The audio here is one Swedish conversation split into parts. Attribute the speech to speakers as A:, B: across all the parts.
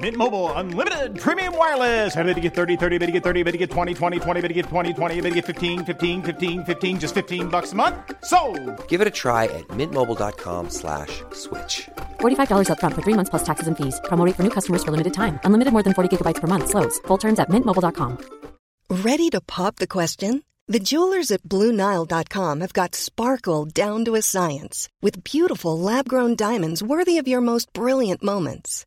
A: Mint Mobile unlimited premium wireless. Ready to get 30, 30, bit to get 30, bit to get 20, 20, 20, bit to get 20, 20, bit to get 15, 15, 15, 15 just 15 bucks a month. So,
B: Give it a try at mintmobile.com/slash switch.
C: $45 upfront for three months plus taxes and fees. Promo rate for new customers for limited time. Unlimited more than 40 gigabytes per month. Slows. Full terms at mintmobile.com.
D: Ready to pop the question? The jewelers at BlueNile.com have got sparkle down to a science with beautiful lab grown diamonds worthy of your most brilliant moments.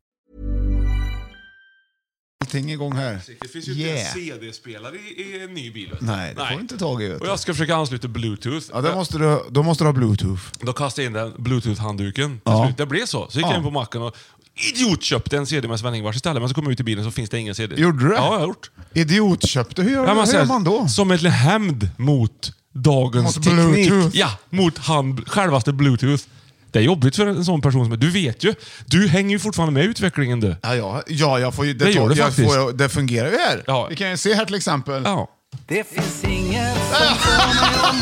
E: allting igång här.
F: Det finns ju inte en
E: Yeah.
F: CD-spelare i, i en ny bil. vet du.
E: Nej, det får du inte tag i. Vet
F: Och
E: du.
F: jag ska försöka ansluta bluetooth.
E: Ja, då, måste du, då måste du ha bluetooth.
F: Då kastade jag in den bluetooth-handduken till
E: Ja.
F: slut. Det blev så. Så gick
E: Ja.
F: jag in på macken och idiot köpte en CD med Sven-Ingvars istället. Men så kom jag ut i bilen så finns det ingen CD.
E: Gjorde du det?
F: Ja, jag har gjort.
E: Idiotköpte, hur gör,
F: Ja, men alltså,
E: hur
F: så
E: gör man
F: här,
E: då?
F: Som ett hämnd mot dagens
E: Mot
F: teknik.
E: Bluetooth.
F: Ja, mot hand, självaste bluetooth. Det är jobbigt för en sån person som... Du vet ju. Du hänger ju fortfarande med i utvecklingen du.
E: Ja, ja, ja jag får, ju-
F: Det gör
E: tar-
F: det
E: jag
F: faktiskt.
E: får- det fungerar ju här.
F: Ja.
E: Vi kan ju se här till exempel.
F: Ja.
G: Det finns inget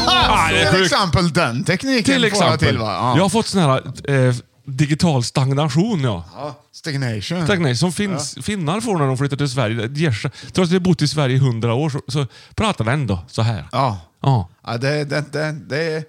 F: Ah, det är
E: Till
F: sjukt.
E: exempel den tekniken
F: Till
E: får jag
F: exempel.
E: till va? Ja.
F: Jag har fått sån här eh, digital stagnation. Ja.
E: Ja, Stagnation.
F: Stagnation som finns, finnar får när de flyttar till Sverige. Det ger sig. Trots att vi har bott i Sverige i hundra år så, så pratar vi ändå så här.
E: Ja.
F: Ja.
E: ja det, det, det,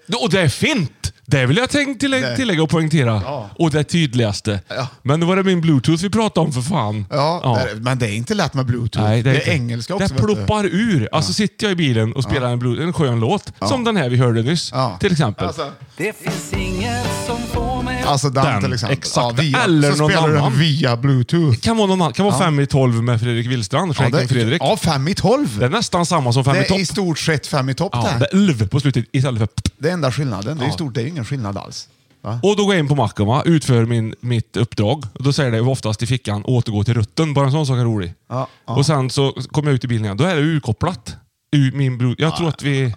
E: det,
F: Och det är fint! Det vill jag tänk-
E: Det-
F: tillägga, tillägga och poängtera.
E: Ja.
F: Och det tydligaste.
E: Ja.
F: Men nu var det min bluetooth vi pratade om för fan.
E: ja, Det, men det är inte lätt med bluetooth.
F: Nej,
E: det är
F: inte-
E: engelska också.
F: Det
E: vet du.
F: ploppar ur. Alltså sitter jag i bilen och spelar en, bluetooth, en skön låt, som den här vi hörde nyss,
E: Ja.
F: till exempel.
E: Alltså,
G: Det finns inget som får mig
E: alltså den,
F: Den,
E: till exempel.
F: exakt.
E: via,
F: Eller
E: så
F: någon
E: spelar
F: annan.
E: den via bluetooth.
F: kan vara, någon annan, kan vara
E: Ja.
F: fem i tolv med Fredrik Willstrand,
E: Ja,
F: skänken Fredrik.
E: ja, fem i tolv.
F: Det är nästan samma som fem
E: det
F: i
E: är
F: topp.
E: i stort sett fem i topp
F: Ja,
E: det.
F: det är ulv på slutet istället för ppp.
E: Det är enda skillnaden. Det är, ju
F: Ja.
E: stort, det är ju ingen skillnad alls. Va?
F: Och då går jag in på macken, va? utför min, mitt uppdrag. Och då säger det oftast i fickan återgå till rutten. Bara en sån sak är rolig.
E: Ja, ja.
F: Och sen så kommer jag ut i bilen igen. Då är det urkopplat. Ur min bro- jag tror att vi...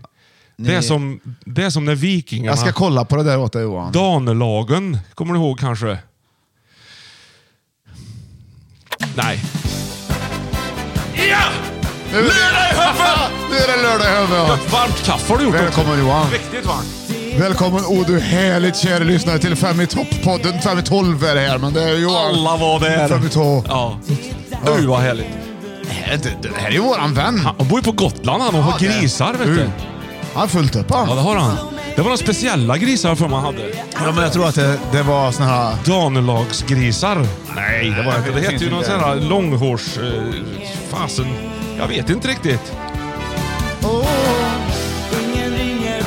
F: Det är, som, det är som när vikingarna...
E: Jag ska kolla på det där åt dig Johan.
F: Danelagen, kommer du ihåg kanske? Nej. Ja!
E: Nu är det lördag Nu är det lördag i huvudet!
F: Ett varmt kaffe har du gjort
E: Välkommen Johan!
F: också. Riktigt varmt.
E: Välkommen o du härligt kära lyssnare till Fem i topp-podden. Fem i tolv är det här, men det är Johan.
F: Alla var där.
E: Fem i topp.
F: Ja. Du vad härligt.
E: Det, det här är ju våran vän.
F: Han bor ju på Gotland han och har
E: Ja, det-
F: grisar vet
E: Du.
F: du.
E: Han har fullt upp
F: Ja, det har han. Det var några speciella grisar för mig han hade.
E: Ja, men jag tror att det, det var såna här...
F: Danelagsgrisar. Nej, det var inte. Det
E: det
F: hette
E: finns
F: ju någon
E: inte.
F: sån här långhårs... Eh, fasen. Jag vet inte riktigt.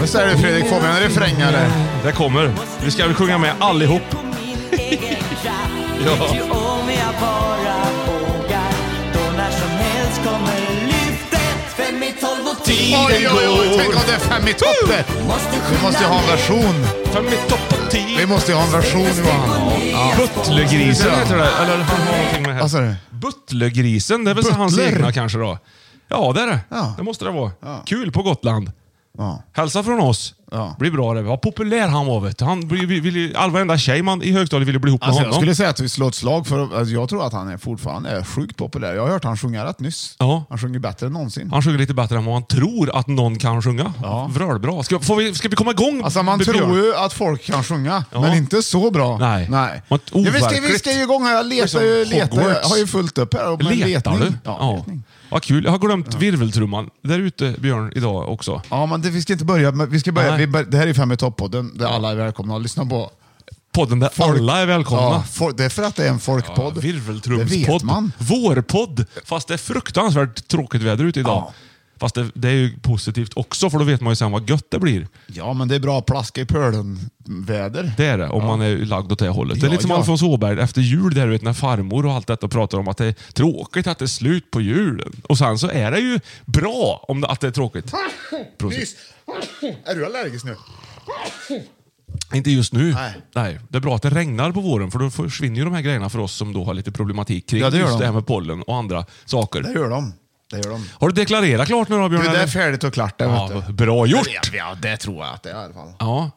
E: Vad säger du Fredrik? Får vi en refräng eller?
F: Det kommer. Vi ska väl sjunga med allihop. Ja.
G: Om jag bara vågar Då när som helst kommer lyftet Fem i tolv och
E: Oj, oj, oj! Tänk om det är Fem i topp det! Vi måste ju ha en version.
F: Fem i topp och tio.
E: Vi måste ju ha en version Johan.
F: Butlergrisen heter det. Eller han har någonting med
E: Vad sa du?
F: här. Butlergrisen, det är väl så hans
E: Butler?
F: egna kanske då? Ja, det är det.
E: Ja.
F: Det måste det vara.
E: Ja.
F: Kul på Gotland.
E: Ja.
F: Hälsa från oss.
E: Ja.
F: Blir bra det. Vad populär han var vet du. Han blir- vill, vill, all varenda tjej man i högstadiet ville bli ihop med
E: Alltså, jag
F: honom.
E: skulle säga att vi slår ett slag för alltså, jag tror att han är fortfarande är sjukt populär. Jag har hört han sjunga rätt nyss.
F: Ja.
E: Han sjunger bättre än någonsin.
F: Han sjunger lite bättre än vad man tror att någon kan sjunga.
E: Ja.
F: Vrölbra. Ska, får vi, ska vi komma igång?
E: Alltså man
F: Björn?
E: tror ju att folk kan sjunga,
F: Ja.
E: men inte så bra.
F: Nej.
E: Nej.
F: Vad
E: Ja, vi, ska, vi
F: overkligt.
E: ska ju igång här. Jag letar ju,
F: Det är som
E: letar, ju. jag
F: Hogwarts.
E: har ju fullt upp här med
F: Letar
E: letning.
F: du?
E: Ja, Letning.
F: Vad kul. Jag har glömt virveltrumman där ute, Björn, idag också.
E: Ja, men det, vi ska inte börja. Men vi ska börja.
F: Nej.
E: Vi bör, det här är Fem i topp-podden där alla är välkomna att lyssna på.
F: Podden där
E: Folk-
F: alla är välkomna.
E: Ja, for, det är för att det är en folkpodd.
F: Ja,
E: Det vet
F: virveltrumspodd.
E: man.
F: Vårpodd. Fast det är fruktansvärt tråkigt väder ute idag.
E: Ja.
F: Fast det, det är ju positivt också, för då vet man ju sen vad gött det blir.
E: Ja, men det är bra plaska i pölen-väder.
F: Det är det, om man är lagd åt det hållet. det är
E: Ja,
F: lite som
E: ja.
F: Alfons Åberg efter jul, där, du vet, när farmor och allt detta pratar om att det är tråkigt att det är slut på julen. Och sen så är det ju bra om det, att det är tråkigt. Prosit.
E: Nyss. Är du allergisk nu?
F: Inte just nu.
E: Nej.
F: Det är bra att det regnar på våren, för då försvinner ju de här grejerna för oss som då har lite problematik kring
E: Ja, det gör
F: just
E: de.
F: det här med pollen och andra saker.
E: Det gör de. Det gör de.
F: Har du deklarerat klart nu då,
E: Du,
F: Björn?
E: det är
F: eller?
E: färdigt och klart det.
F: Ja,
E: vet du.
F: bra gjort!
E: Ja, det tror jag att det är i alla fall.
F: Ja,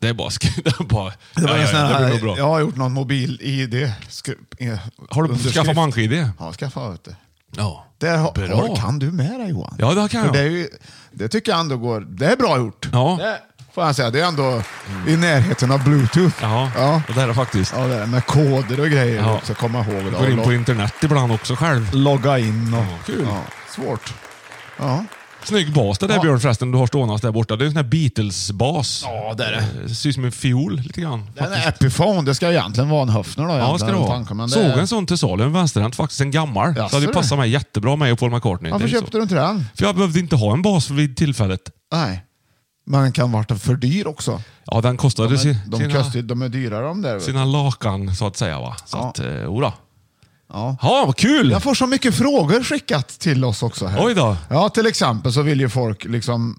F: det är bara... sk- Det, är bara,
E: Det var
F: ja,
E: en sån
F: ja, det blir nog
E: här,
F: bra.
E: jag har gjort någon mobil-id. Skru- eh,
F: Har du
E: underskrift.
F: skaffat bank-id?
E: Ja, skaffa vet du.
F: Ja.
E: Där har,
F: Bra.
E: har, kan du med det Johan.
F: Ja, det kan
E: För
F: jag.
E: Det, är ju, det tycker jag ändå går... Det är bra gjort.
F: Ja.
E: Det får jag säga. Det är ändå i närheten av bluetooth.
F: Ja,
E: ja.
F: det är det faktiskt.
E: Ja, det är med koder och grejer
F: Ja.
E: också. Komma ihåg det.
F: Går in på
E: Log-
F: internet ibland också själv.
E: Logga in och...
F: kul.
E: Ja, svårt. Ja.
F: Snygg bas det där
E: Ja.
F: Björn förresten, du har ståendes där borta. Det är en sån här Beatles-bas.
E: Ja, det är det.
F: Eh, Ser ut som en fiol lite grann.
E: Den
F: faktiskt.
E: är Epiphone. Det ska ju egentligen vara en höfner då.
F: Ja,
E: egentligen,
F: ska det
E: om
F: vara.
E: tanken, men det
F: Såg
E: är-
F: en sån till salu, en vänsterhänt faktiskt, en gammal.
E: Jaså,
F: så det
E: du?
F: passar mig jättebra med och Paul McCartney.
E: Varför
F: Det är
E: köpte
F: så.
E: du inte den?
F: För jag behövde inte ha en bas vid tillfället.
E: Nej. Men den kan vara för dyr också.
F: Ja, den kostade
E: De,
F: si-
E: är, de,
F: sina,
E: kostar, de är dyrare de där. vet du.
F: sina lakan så att säga. Va? Så
E: Ja.
F: att, eh, jodå.
E: Ja.
F: Ja, vad kul!
E: Jag får så mycket frågor skickat till oss också. Här.
F: Oj då.
E: Ja, till exempel så vill ju folk liksom...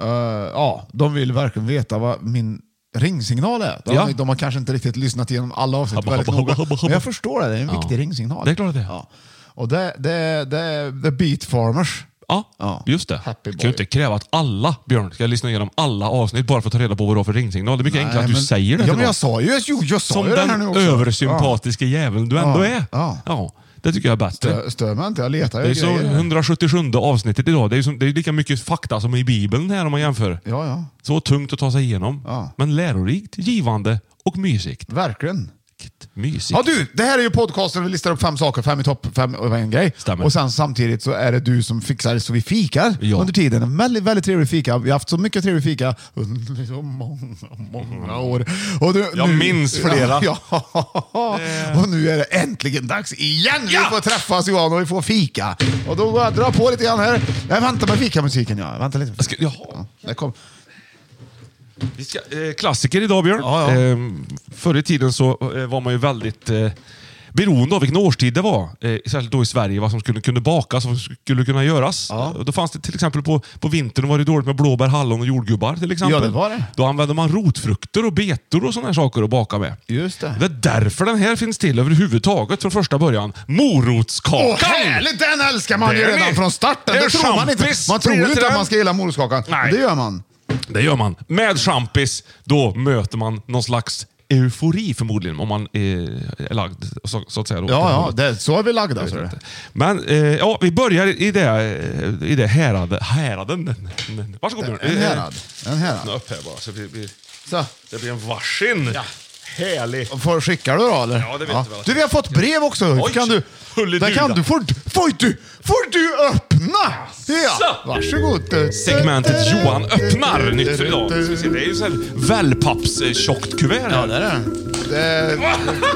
E: eh, ja, de vill verkligen veta vad min ringsignal är. De,
F: Ja.
E: de har kanske inte riktigt lyssnat igenom alla avsnitt
F: Habba,
E: väldigt
F: habba,
E: noga.
F: habba, habba,
E: Men jag
F: habba.
E: förstår det, det är en
F: Ja.
E: viktig ringsignal.
F: Det är klart det är.
E: Ja. Och det, det, det, det är Beat Farmers.
F: Ja,
E: Ja.
F: just det.
E: Happy
F: du kan
E: boy.
F: ju inte kräva att alla, Björn, ska lyssna igenom alla avsnitt bara för att ta reda på vad du har för ringsignal. Det är mycket
E: Nej,
F: enklare att du
E: men-
F: säger det
E: Ja,
F: till
E: men
F: någon.
E: jag sa ju, jo, jag sa
F: Som
E: ju det här nu
F: den
E: också.
F: översympatiska jäveln du ändå
E: Ja.
F: är.
E: Ja.
F: det tycker jag är bättre.
E: Ja. Stör mig inte, jag letar
F: Det
E: ju
F: är så
E: grejer.
F: 177 avsnittet idag. Det är, ju som, det är lika mycket fakta som i Bibeln här om man jämför.
E: Ja, ja.
F: Så tungt att ta sig igenom.
E: Ja.
F: Men lärorikt, givande och mysigt.
E: Verkligen.
F: Mysigt.
E: Ja du, det här är ju podcasten där vi listar upp fem saker, fem i topp, fem över en grej.
F: Stämmer.
E: Och sen samtidigt så är det du som fixar så vi fikar
F: Ja.
E: under tiden. En väldigt, väldigt trevlig fika. Vi har haft så mycket trevlig fika under så många, många år. Och du,
F: Jag minns flera.
E: Ja, ja. Och nu är det äntligen dags igen!
F: Ja!
E: Vi får träffas Johan och vi får fika. Och då går jag dra på lite grann här. Jag väntar med fikamusiken. Ja. Vänta lite.
F: ska- jaha.
E: Ja, där kom.
F: Vi ska, eh, klassiker idag Björn.
E: Ja, ja.
F: Ehm, förr i tiden så eh, var man ju väldigt eh, beroende av vilken årstid det var. Eh, särskilt då i Sverige, vad som skulle kunde bakas och vad som skulle kunna göras.
E: Ja.
F: Eh, Då fanns det till exempel på, på vintern var det dåligt med blåbär, hallon och jordgubbar. Till exempel.
E: Ja, det var det.
F: Då använde man rotfrukter och betor och sådana här saker att baka med.
E: Just det.
F: Det är därför den här finns till överhuvudtaget från första början. Morotskakan!
E: Åh, härligt! Den älskar man ju
F: Det är
E: redan
F: ni.
E: från starten.
F: Det
E: Det,
F: är
E: tror man inte.
F: champis.
E: Man tror
F: Blir det
E: ju inte
F: till
E: att
F: den?
E: man ska gilla morotskakan.
F: Nej.
E: Det gör man.
F: Det gör man. Med champis, då möter man någon slags eufori förmodligen, om man eh, är lagd så, så att säga. Då,
E: Ja, ja. Det, så är vi lagda. Så
F: Jag vet
E: det.
F: inte. Men eh, ja, vi börjar i det, eh, i det härade, häraden. Varsågod Björn.
E: En
F: Eh,
E: härad. En
F: öppna
E: härad.
F: upp här bara, så vi, vi,
E: Så.
F: det blir en varsin. Ja. Härligt.
E: Och Får, skickar du då eller?
F: Ja, det vet du väl.
E: Du, vi har fått brev också.
F: Oj,
E: kan du...
F: hulledulla.
E: Där kan du... Får, får, du, får du öppna? Ja.
F: Så.
E: Varsågod.
F: Segmentet Johan öppnar, nytt för idag. Ska vi se, Det är ju så här wellpapps-tjockt kuvert.
E: Ja,
F: här.
E: det är det. Det,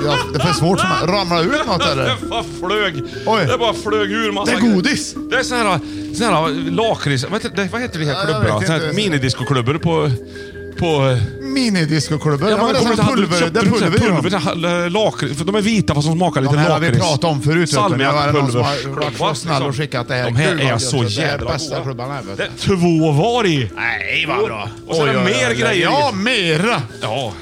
E: ja, det är för svårt för mig. Ramlar ut något eller?
F: Det bara flög.
E: Oj.
F: Det bara flög ur massa
E: Det är godis.
F: grejer. Det är sån här, sån här lakrits... Vad heter det- vad heter de
E: Ja,
F: här
E: jag
F: klubborna?
E: vet
F: Sån här
E: inte.
F: minidiscoklubbor på... på
E: Minidiscoklubbor. Ja, men det
F: kommer
E: är
F: inte
E: som
F: ihåg, du
E: pulver.
F: köpte
E: Det är
F: en sån här
E: pulver i dem.
F: pulver, sån här, eh, lakrits. för De är vita fast de smakar lite
E: De här har
F: lakrits.
E: vi pratat om förut, vet du. Det var någon som har varit
F: Salmiakklubbar.
E: så snäll och skickat det här.
F: liksom. De här
E: Gud, vad
F: är
E: gött,
F: så
E: vet du. Det här är
F: jävla
E: bästa
F: goda.
E: klubban här, vet
F: Det
E: du.
F: är två var i.
E: Nej, vad bra.
F: Och så är det mer grejer.
E: Ja, mera.
F: Ja.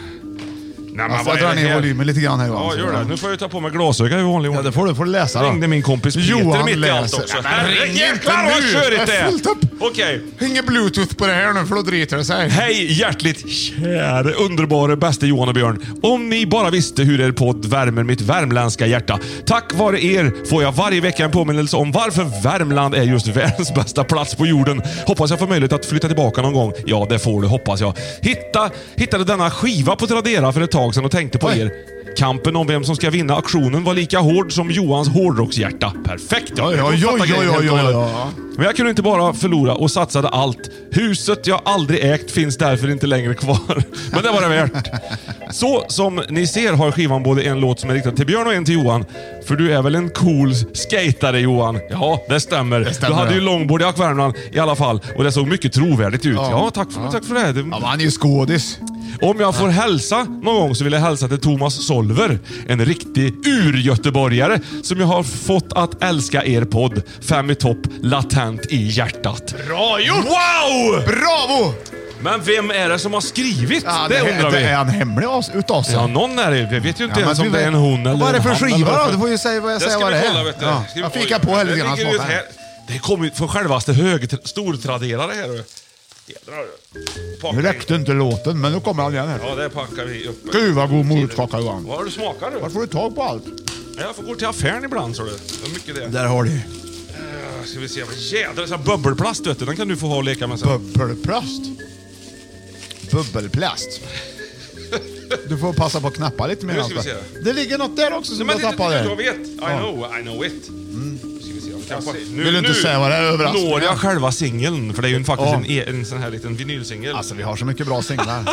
F: Nej, men
E: Alltså,
F: vad
E: jag
F: är
E: drar
F: det
E: ner
F: här?
E: volymen lite grann här Johan.
F: Ja,
E: Så
F: gör
E: bra.
F: det. Nu får jag ju ta på mig glasögon i vanlig
E: Ja,
F: ordning.
E: det får du. får du läsa då.
F: ringde min kompis Peter
E: Johan
F: mitt i allt
E: läser.
F: också.
E: Ja, men ring inte
F: Herrejäklar vad
E: nu.
F: körigt
E: Det
F: det
E: är
F: är!
E: fullt upp.
F: Okej.
E: Ingen bluetooth på det här nu för då driter det sig.
F: Hej hjärtligt käre, underbara, bäste Johan och Björn. Om ni bara visste hur er podd värmer mitt värmländska hjärta. Tack vare er får jag varje vecka en påminnelse om varför Värmland är just världens bästa plats på jorden. Hoppas jag får möjlighet att flytta tillbaka någon gång. Ja, det får du hoppas jag. Hitta, hittade denna skiva på Tradera för ett tag sedan och tänkte på
E: Oj.
F: er. Kampen om vem som ska vinna auktionen var lika hård som Johans hårdrockshjärta. Perfekt!
E: Oj, oj, oj, oj, oj, oj, oj.
F: Men jag kunde inte bara förlora och satsade allt. Huset jag aldrig ägt finns därför inte längre kvar. Men det var det värt. Så som ni ser har skivan både en låt som är riktad till Björn och en till Johan. För du är väl en cool skatare Johan? Ja, det stämmer.
E: stämmer,
F: du hade ju
E: ja.
F: långboard i Ack Värmland i alla fall och det såg mycket trovärdigt ut. Ja, tack, för, tack för det. det
E: Ja, men han är ju skådis.
F: om jag får hälsa någon gång så vill jag hälsa till Thomas Solver. En riktig urgöteborgare som jag har fått att älska er podd. Fem i topp, latent i hjärtat.
E: Bra gjort!
F: Wow!
E: Bravo!
F: Men vem är det som har skrivit?
E: Ja,
F: det, undrar vi.
E: Är han hemlig av- utav sig?
F: Ja, någon är det. Jag vet ju inte
E: Ja, men
F: ens
E: vi
F: om det är
E: vet-
F: en hon eller
E: Vad är det för
F: en han,
E: skiva
F: eller vad-
E: då? Du får ju säga vad jag
F: Det
E: säger
F: ska
E: vad
F: vi
E: det är.
F: kolla, vet du.
E: Ja.
F: Ska vi-
E: Jag fikar på här
F: Det
E: lite grann,
F: ligger ju
E: smakar.
F: här. Det kommer ju från självaste höger... Stortraderare här. du. Jädrar. Packa
E: Nu
F: in.
E: räckte inte låten, men nu kommer han igen här.
F: Ja, det packar vi upp.
E: Gud vad god morotskaka Johan.
F: Vad har du smakat du?
E: Vart får du tag på allt?
F: Jag får gå till affären ibland, så du. Det är mycket det.
E: Där har du
F: Eh, Ska vi se. Jädrar, sån här bubbelplast vet du. Den kan du få ha och leka med sen.
E: bubbelplast. Bubbelplast. Du får passa på att knappa lite mer.
F: Nu ska vi
E: Hansberg.
F: se.
E: Det ligger något där också
F: Nej,
E: som
F: men
E: jag
F: det, det,
E: tappade.
F: jag vet. I
E: Ja. Mm.
F: know, I know it. Nu Ska vi se. om vi kan få- Nu,
E: Vill du inte
F: nu
E: säga vad det är överraskning?
F: Når jag själva singeln? För det är ju en- faktiskt
E: Ja.
F: en, e- en sån här liten vinylsingel. Ah,
E: Alltså vi har så mycket bra singlar.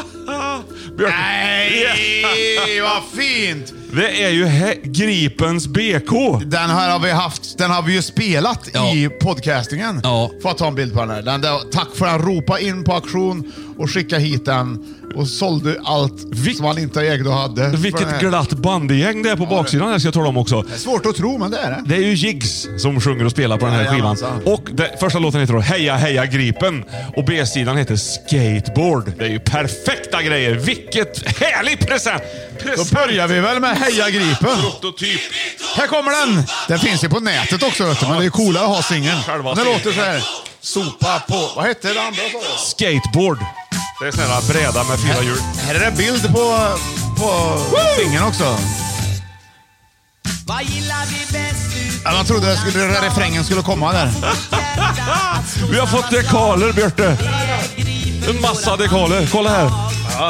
F: Björn.
E: Nej, vad fint!
F: Det är ju he- Gripens BK.
E: Den här har vi haft, den har vi ju spelat
F: Ja.
E: i podcastingen.
F: Ja.
E: Får jag ta en bild på den här? Den där, tack för att han ropade in på auktion och skickade hit den och sålde allt
F: Vil-
E: som han inte ägde och hade. för den
F: Vilket
E: här.
F: glatt bandegäng det är på baksidan här ska jag tala om också.
E: Det är svårt att tro, men det är det.
F: Det är ju Jigs som sjunger och spelar på den här skivan.
E: Jajamensan.
F: Och det, första låten heter då Heja Heja Gripen. Och B-sidan heter Skateboard. Det är ju perfekta grejer. Vilket härlig present!
E: Då
F: present.
E: börjar vi väl med Heja Gripen.
F: Prototyp.
E: Här kommer den! Den finns ju på nätet också, vet du, men det är coolare att ha singeln.
F: Själva
E: Den
F: singeln.
E: låter så här. Sopa på... Vad hette det andra sa du?
F: Skateboard. Det är sån här bräda med fyra hjul.
E: Här är det bild på, på singeln också.
G: Vad gillar vi bäst ut?
E: Ja, Man trodde det skulle, den här refrängen skulle komma där.
F: Vi har fått dekaler, Björte. En massa dekaler. Kolla här.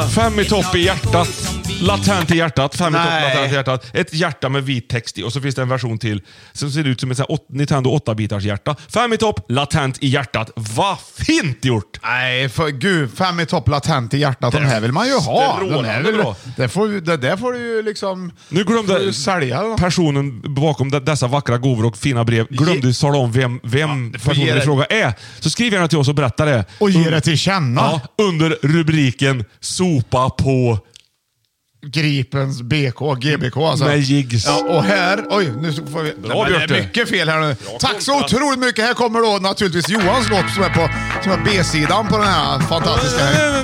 F: Fem i topp i hjärtat. Latent i hjärtat. Fem i topp,
E: Nej.
F: latent i hjärtat. Ett hjärta med vit text i. Och så finns det en version till som ser ut som ett sånt här åt- Nintendo 8-bitars hjärta. Fem i topp, latent i hjärtat. Vad fint gjort!
E: Nej, för gud. Fem i topp, latent i hjärtat. De här vill man ju ha. De här
F: Strålande
E: vill,
F: bra.
E: det, får, ju- det där får du ju liksom...
F: Nu
E: får du ju
F: glömde
E: sälja. då.
F: personen bakom de- dessa vackra gåvor och fina brev glömde
E: Ge-
F: tala om vem, vem
E: det får ge
F: personen i
E: det.
F: fråga är. Så skriv gärna till oss och berätta det.
E: Och ge
F: Un-
E: det till känna.
F: Ja, under rubriken Sopa på
E: Gripens BK, GBK alltså.
F: Med jigs.
E: Ja, och här... Oj, nu får vi... men det
F: Björte.
E: är mycket fel här nu. Tack så
F: kontrat.
E: otroligt mycket. Här kommer då naturligtvis Johans låt som är på som är B-sidan på den här fantastiska...
F: Det är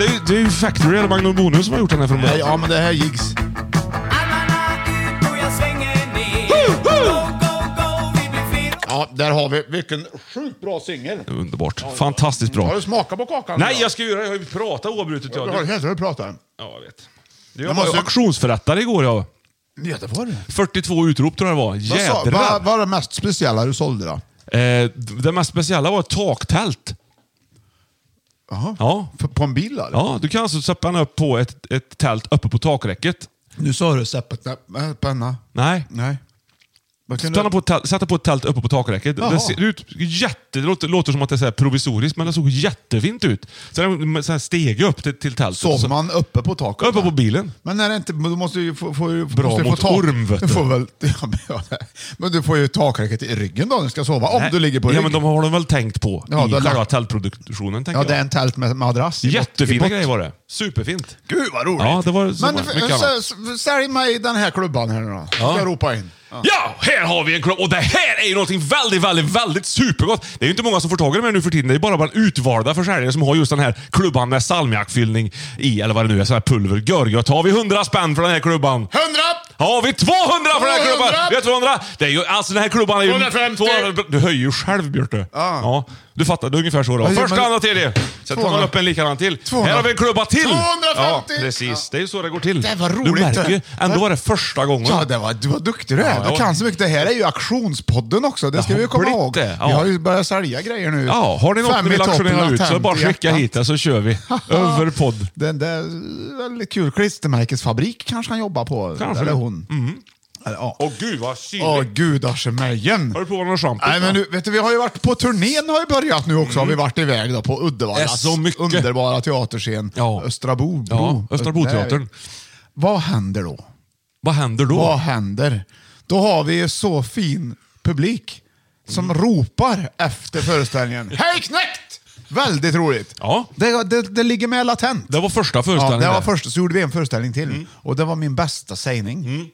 F: ju- det är ju Factory eller Magnum Bonus som har gjort den här från
E: Nej,
F: början.
E: ja, men det här är jigs.
G: Armarna ut och jag svänger ner. Go, go, go, vi blir fler.
E: Ja, där har vi. Vilken sjukt bra singel.
F: Underbart. Fantastiskt
E: Har
F: bra.
E: du smakat på kakan?
F: Nej, jag ska göra det. Jag har ju pratat oavbrutet.
E: Du
F: Jag.
E: har
F: Du-
E: helt rätt att prata.
F: Ja, jag vet. Du, jag
E: måste-
F: var ju auktionsförrättare igår. Jag.
E: Göteborg.
F: 42 utrop tror jag det var.
E: Vad sa-
F: Jädrar!
E: Vad vad var det mest speciella du sålde då?
F: Eh, det mest speciella var ett taktält.
E: Jaha.
F: Ja.
E: F- På en bil eller?
F: ja, du kan alltså sätta upp på ett, ett tält uppe på takräcket.
E: Nu sa du seppet. Nej, nej, Penna.
F: Nej.
E: Nej. Vad kan
F: Spänna
E: du...
F: på ett tält, sätta på ett tält uppe på takräcket.
E: Jaha.
F: Det, ser ut, jätte, det låter, låter som att det är så här provisoriskt, men det såg jättefint ut. Så det är en sån här stege upp till, till tältet.
E: Sov
F: Så-
E: man uppe på taket?
F: Uppe på bilen.
E: Men är det inte... Du måste ju få... få
F: Bra
E: måste ju
F: mot
E: få tak-
F: orm, vet
E: du.
F: du.
E: Får väl, ja, men, ja, men du får ju takräcket i ryggen då när du ska sova. Om
F: Nej.
E: du ligger på rygg.
F: Ja, men de har de väl tänkt på
E: Ja,
F: i
E: då-
F: själva tältproduktionen. tänker
E: Ja, det är
F: jag.
E: en tält med madrass. i bot- i
F: Jättefina
E: bot-
F: grejer var det. Superfint.
E: Gud vad roligt.
F: Ja, det var- så var det.
E: men
F: Mycket
E: så-
F: annat.
E: så- sälj mig den här klubban här nu då. Ska jag ropa in.
F: Ja, här har vi en klubb. Och det här är ju någonting väldigt, väldigt, väldigt supergott. Det är ju inte många som får tag i de här nu för tiden. Det är ju bara bland utvalda försäljare som har just den här klubban med salmiakfyllning i, eller vad det nu är, sån här pulver. Görgött. Har vi 100 spänn för den här klubban?
E: Hundra!
F: Har vi 200 för den här
E: 200?
F: klubban? Vi har 200! Det är ju, alltså den här klubban är ju...
E: 250.
F: Du höjer ju själv, Björte.
E: Ja.
F: Du fattar, det är ungefär så då.
E: Ja,
F: Första
E: men-
F: andra tredje. Sen tar man
E: 200.
F: upp en likadan till.
E: 200.
F: Här har vi en klubba till!
E: 250!
F: Ja, precis. Det är ju så det går till.
E: Det var
F: Du
E: roligt.
F: märker ju, ändå var det första gången.
E: Ja, det var, du var duktig du
F: Ja,
E: är. Du
F: ja.
E: kan så mycket. Det här är ju auktionspodden också. Det ska
F: Ja,
E: vi ju komma
F: blivit
E: ihåg.
F: det, ja.
E: Vi har ju börjat sälja grejer nu.
F: Ja, har ni något
E: Fem
F: ni
E: i
F: vill
E: toppen,
F: auktionera ut så
E: latent
F: bara
E: i
F: skicka
E: hjärtat.
F: hit det så kör vi. Över podd.
E: Den där väldigt kul klistermärkesfabrik kanske han jobbar på.
F: Kanske.
E: Eller hon. Eller, Ja.
F: Åh gud vad synligt.
E: Åh gudars
F: Har du
E: emejen.
F: provat någon shampoo?
E: Nej men nu, vet du, vi har ju varit på turnén har ju börjat nu också. Har vi varit iväg då på
F: Mm. Det är
E: Uddevallas
F: så mycket.
E: underbara teaterscen.
F: Ja.
E: Östra Bo.
F: Ja,
E: Bro.
F: Östra Boteatern.
E: Vad händer då?
F: Vad händer då?
E: Vad händer? Då har vi ju så fin publik som
F: Mm.
E: ropar efter föreställningen. Hej knäckt! Väldigt roligt.
F: Ja.
E: Det, det, det ligger med latent.
F: Det var första
E: Ja,
F: föreställningen.
E: det var
F: där.
E: första, så gjorde vi en föreställning till. Och det var min bästa sägning.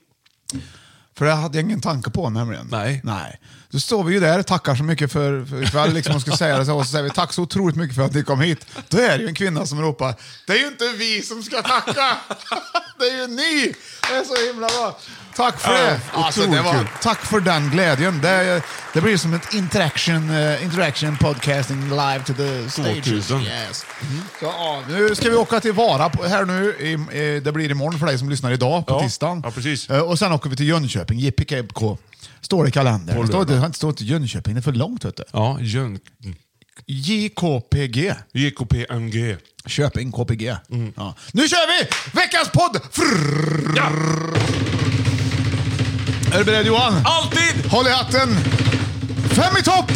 E: För det hade jag ingen tanke på nämligen.
F: Nej.
E: Nej. Då står vi ju där, tackar så mycket för, för ikväll, liksom, och ska säga det, så- och så säger vi tack så otroligt mycket för att ni kom hit. Då är det ju en kvinna som ropar, det är ju inte vi som ska tacka, det är ju ni! Det är så himla bra. Tack för
F: Ja,
E: det! Alltså, det
F: otroligt
E: var,
F: kul.
E: tack för den glädjen. Det, det blir som ett interaction, eh, interaction podcasting live to the stages.
F: 2000.
E: Yes. Så, ja, nu ska vi åka till Vara på, här nu. I, i, det blir imorgon för dig som lyssnar idag, på
F: Ja,
E: tisdagen.
F: ja, precis.
E: Eh, och sen åker vi till Jönköping, JPK. Står det i kalendern. Det står, det står inte Jönköping, det är för långt. Vet du.
F: Ja, Jön...
E: JKPG.
F: JKPMG.
E: Köping KPG.
F: Mm.
E: Ja. Nu kör vi! Veckans podd! Frrrr.
F: Ja,
E: Är du beredd Johan?
F: alltid!
E: Håll i hatten! Fem i topp!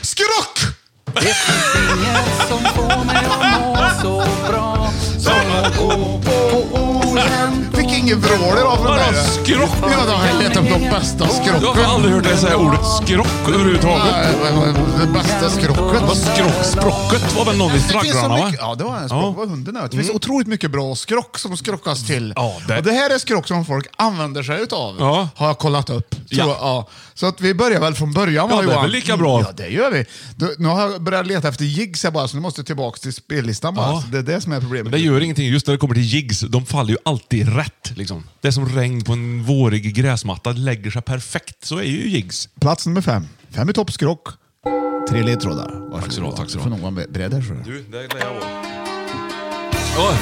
E: Skrock!
G: Det finns inget som får mig att må så bra som att gå på Oden.
E: Fick ingen vrål det var från
F: Vadå
E: dig.
F: skrock?
E: Ja, då har jag letat upp de bästa
F: Jag har
E: skrocken.
F: aldrig hört dig säga ordet skrock överhuvudtaget.
E: Nej, vad- vad- Det bästa skrocket.
F: Vad skrock? Språcket var väl någon i
E: Det finns så
F: fraggrarna va?
E: mycket, ja, det var en skrock.
F: Ja. Mm.
E: Det var hunden där. Det finns otroligt mycket bra skrock som skrockas till.
F: Ja, det-
E: Och det här är skrock som folk använder sig utav.
F: Ja.
E: Har jag kollat upp. Tror
F: Ja.
E: jag, ja. Så att vi börjar väl från början
F: Ja,
E: va,
F: det är
E: Johan?
F: väl lika bra.
E: Ja, det gör vi. Du, nu har jag börjat leta efter gigs här bara, så nu måste jag tillbaka till spellistan bara.
F: Ja.
E: Så Det är det som är
F: Men
E: problemet.
F: det gör ingenting. Just när det kommer till jigs, de faller ju alltid rätt. Liksom. Det är som regn på en vårig gräsmatta. Det lägger sig perfekt. Så är ju jigs.
E: Plats nummer fem. Fem i topp skrock. Tre ledtrådar. Varsågod.
F: Tack så bra, tack så bra.
E: Får någon vara med- beredd här tror jag.
F: Du, det lär jag vara.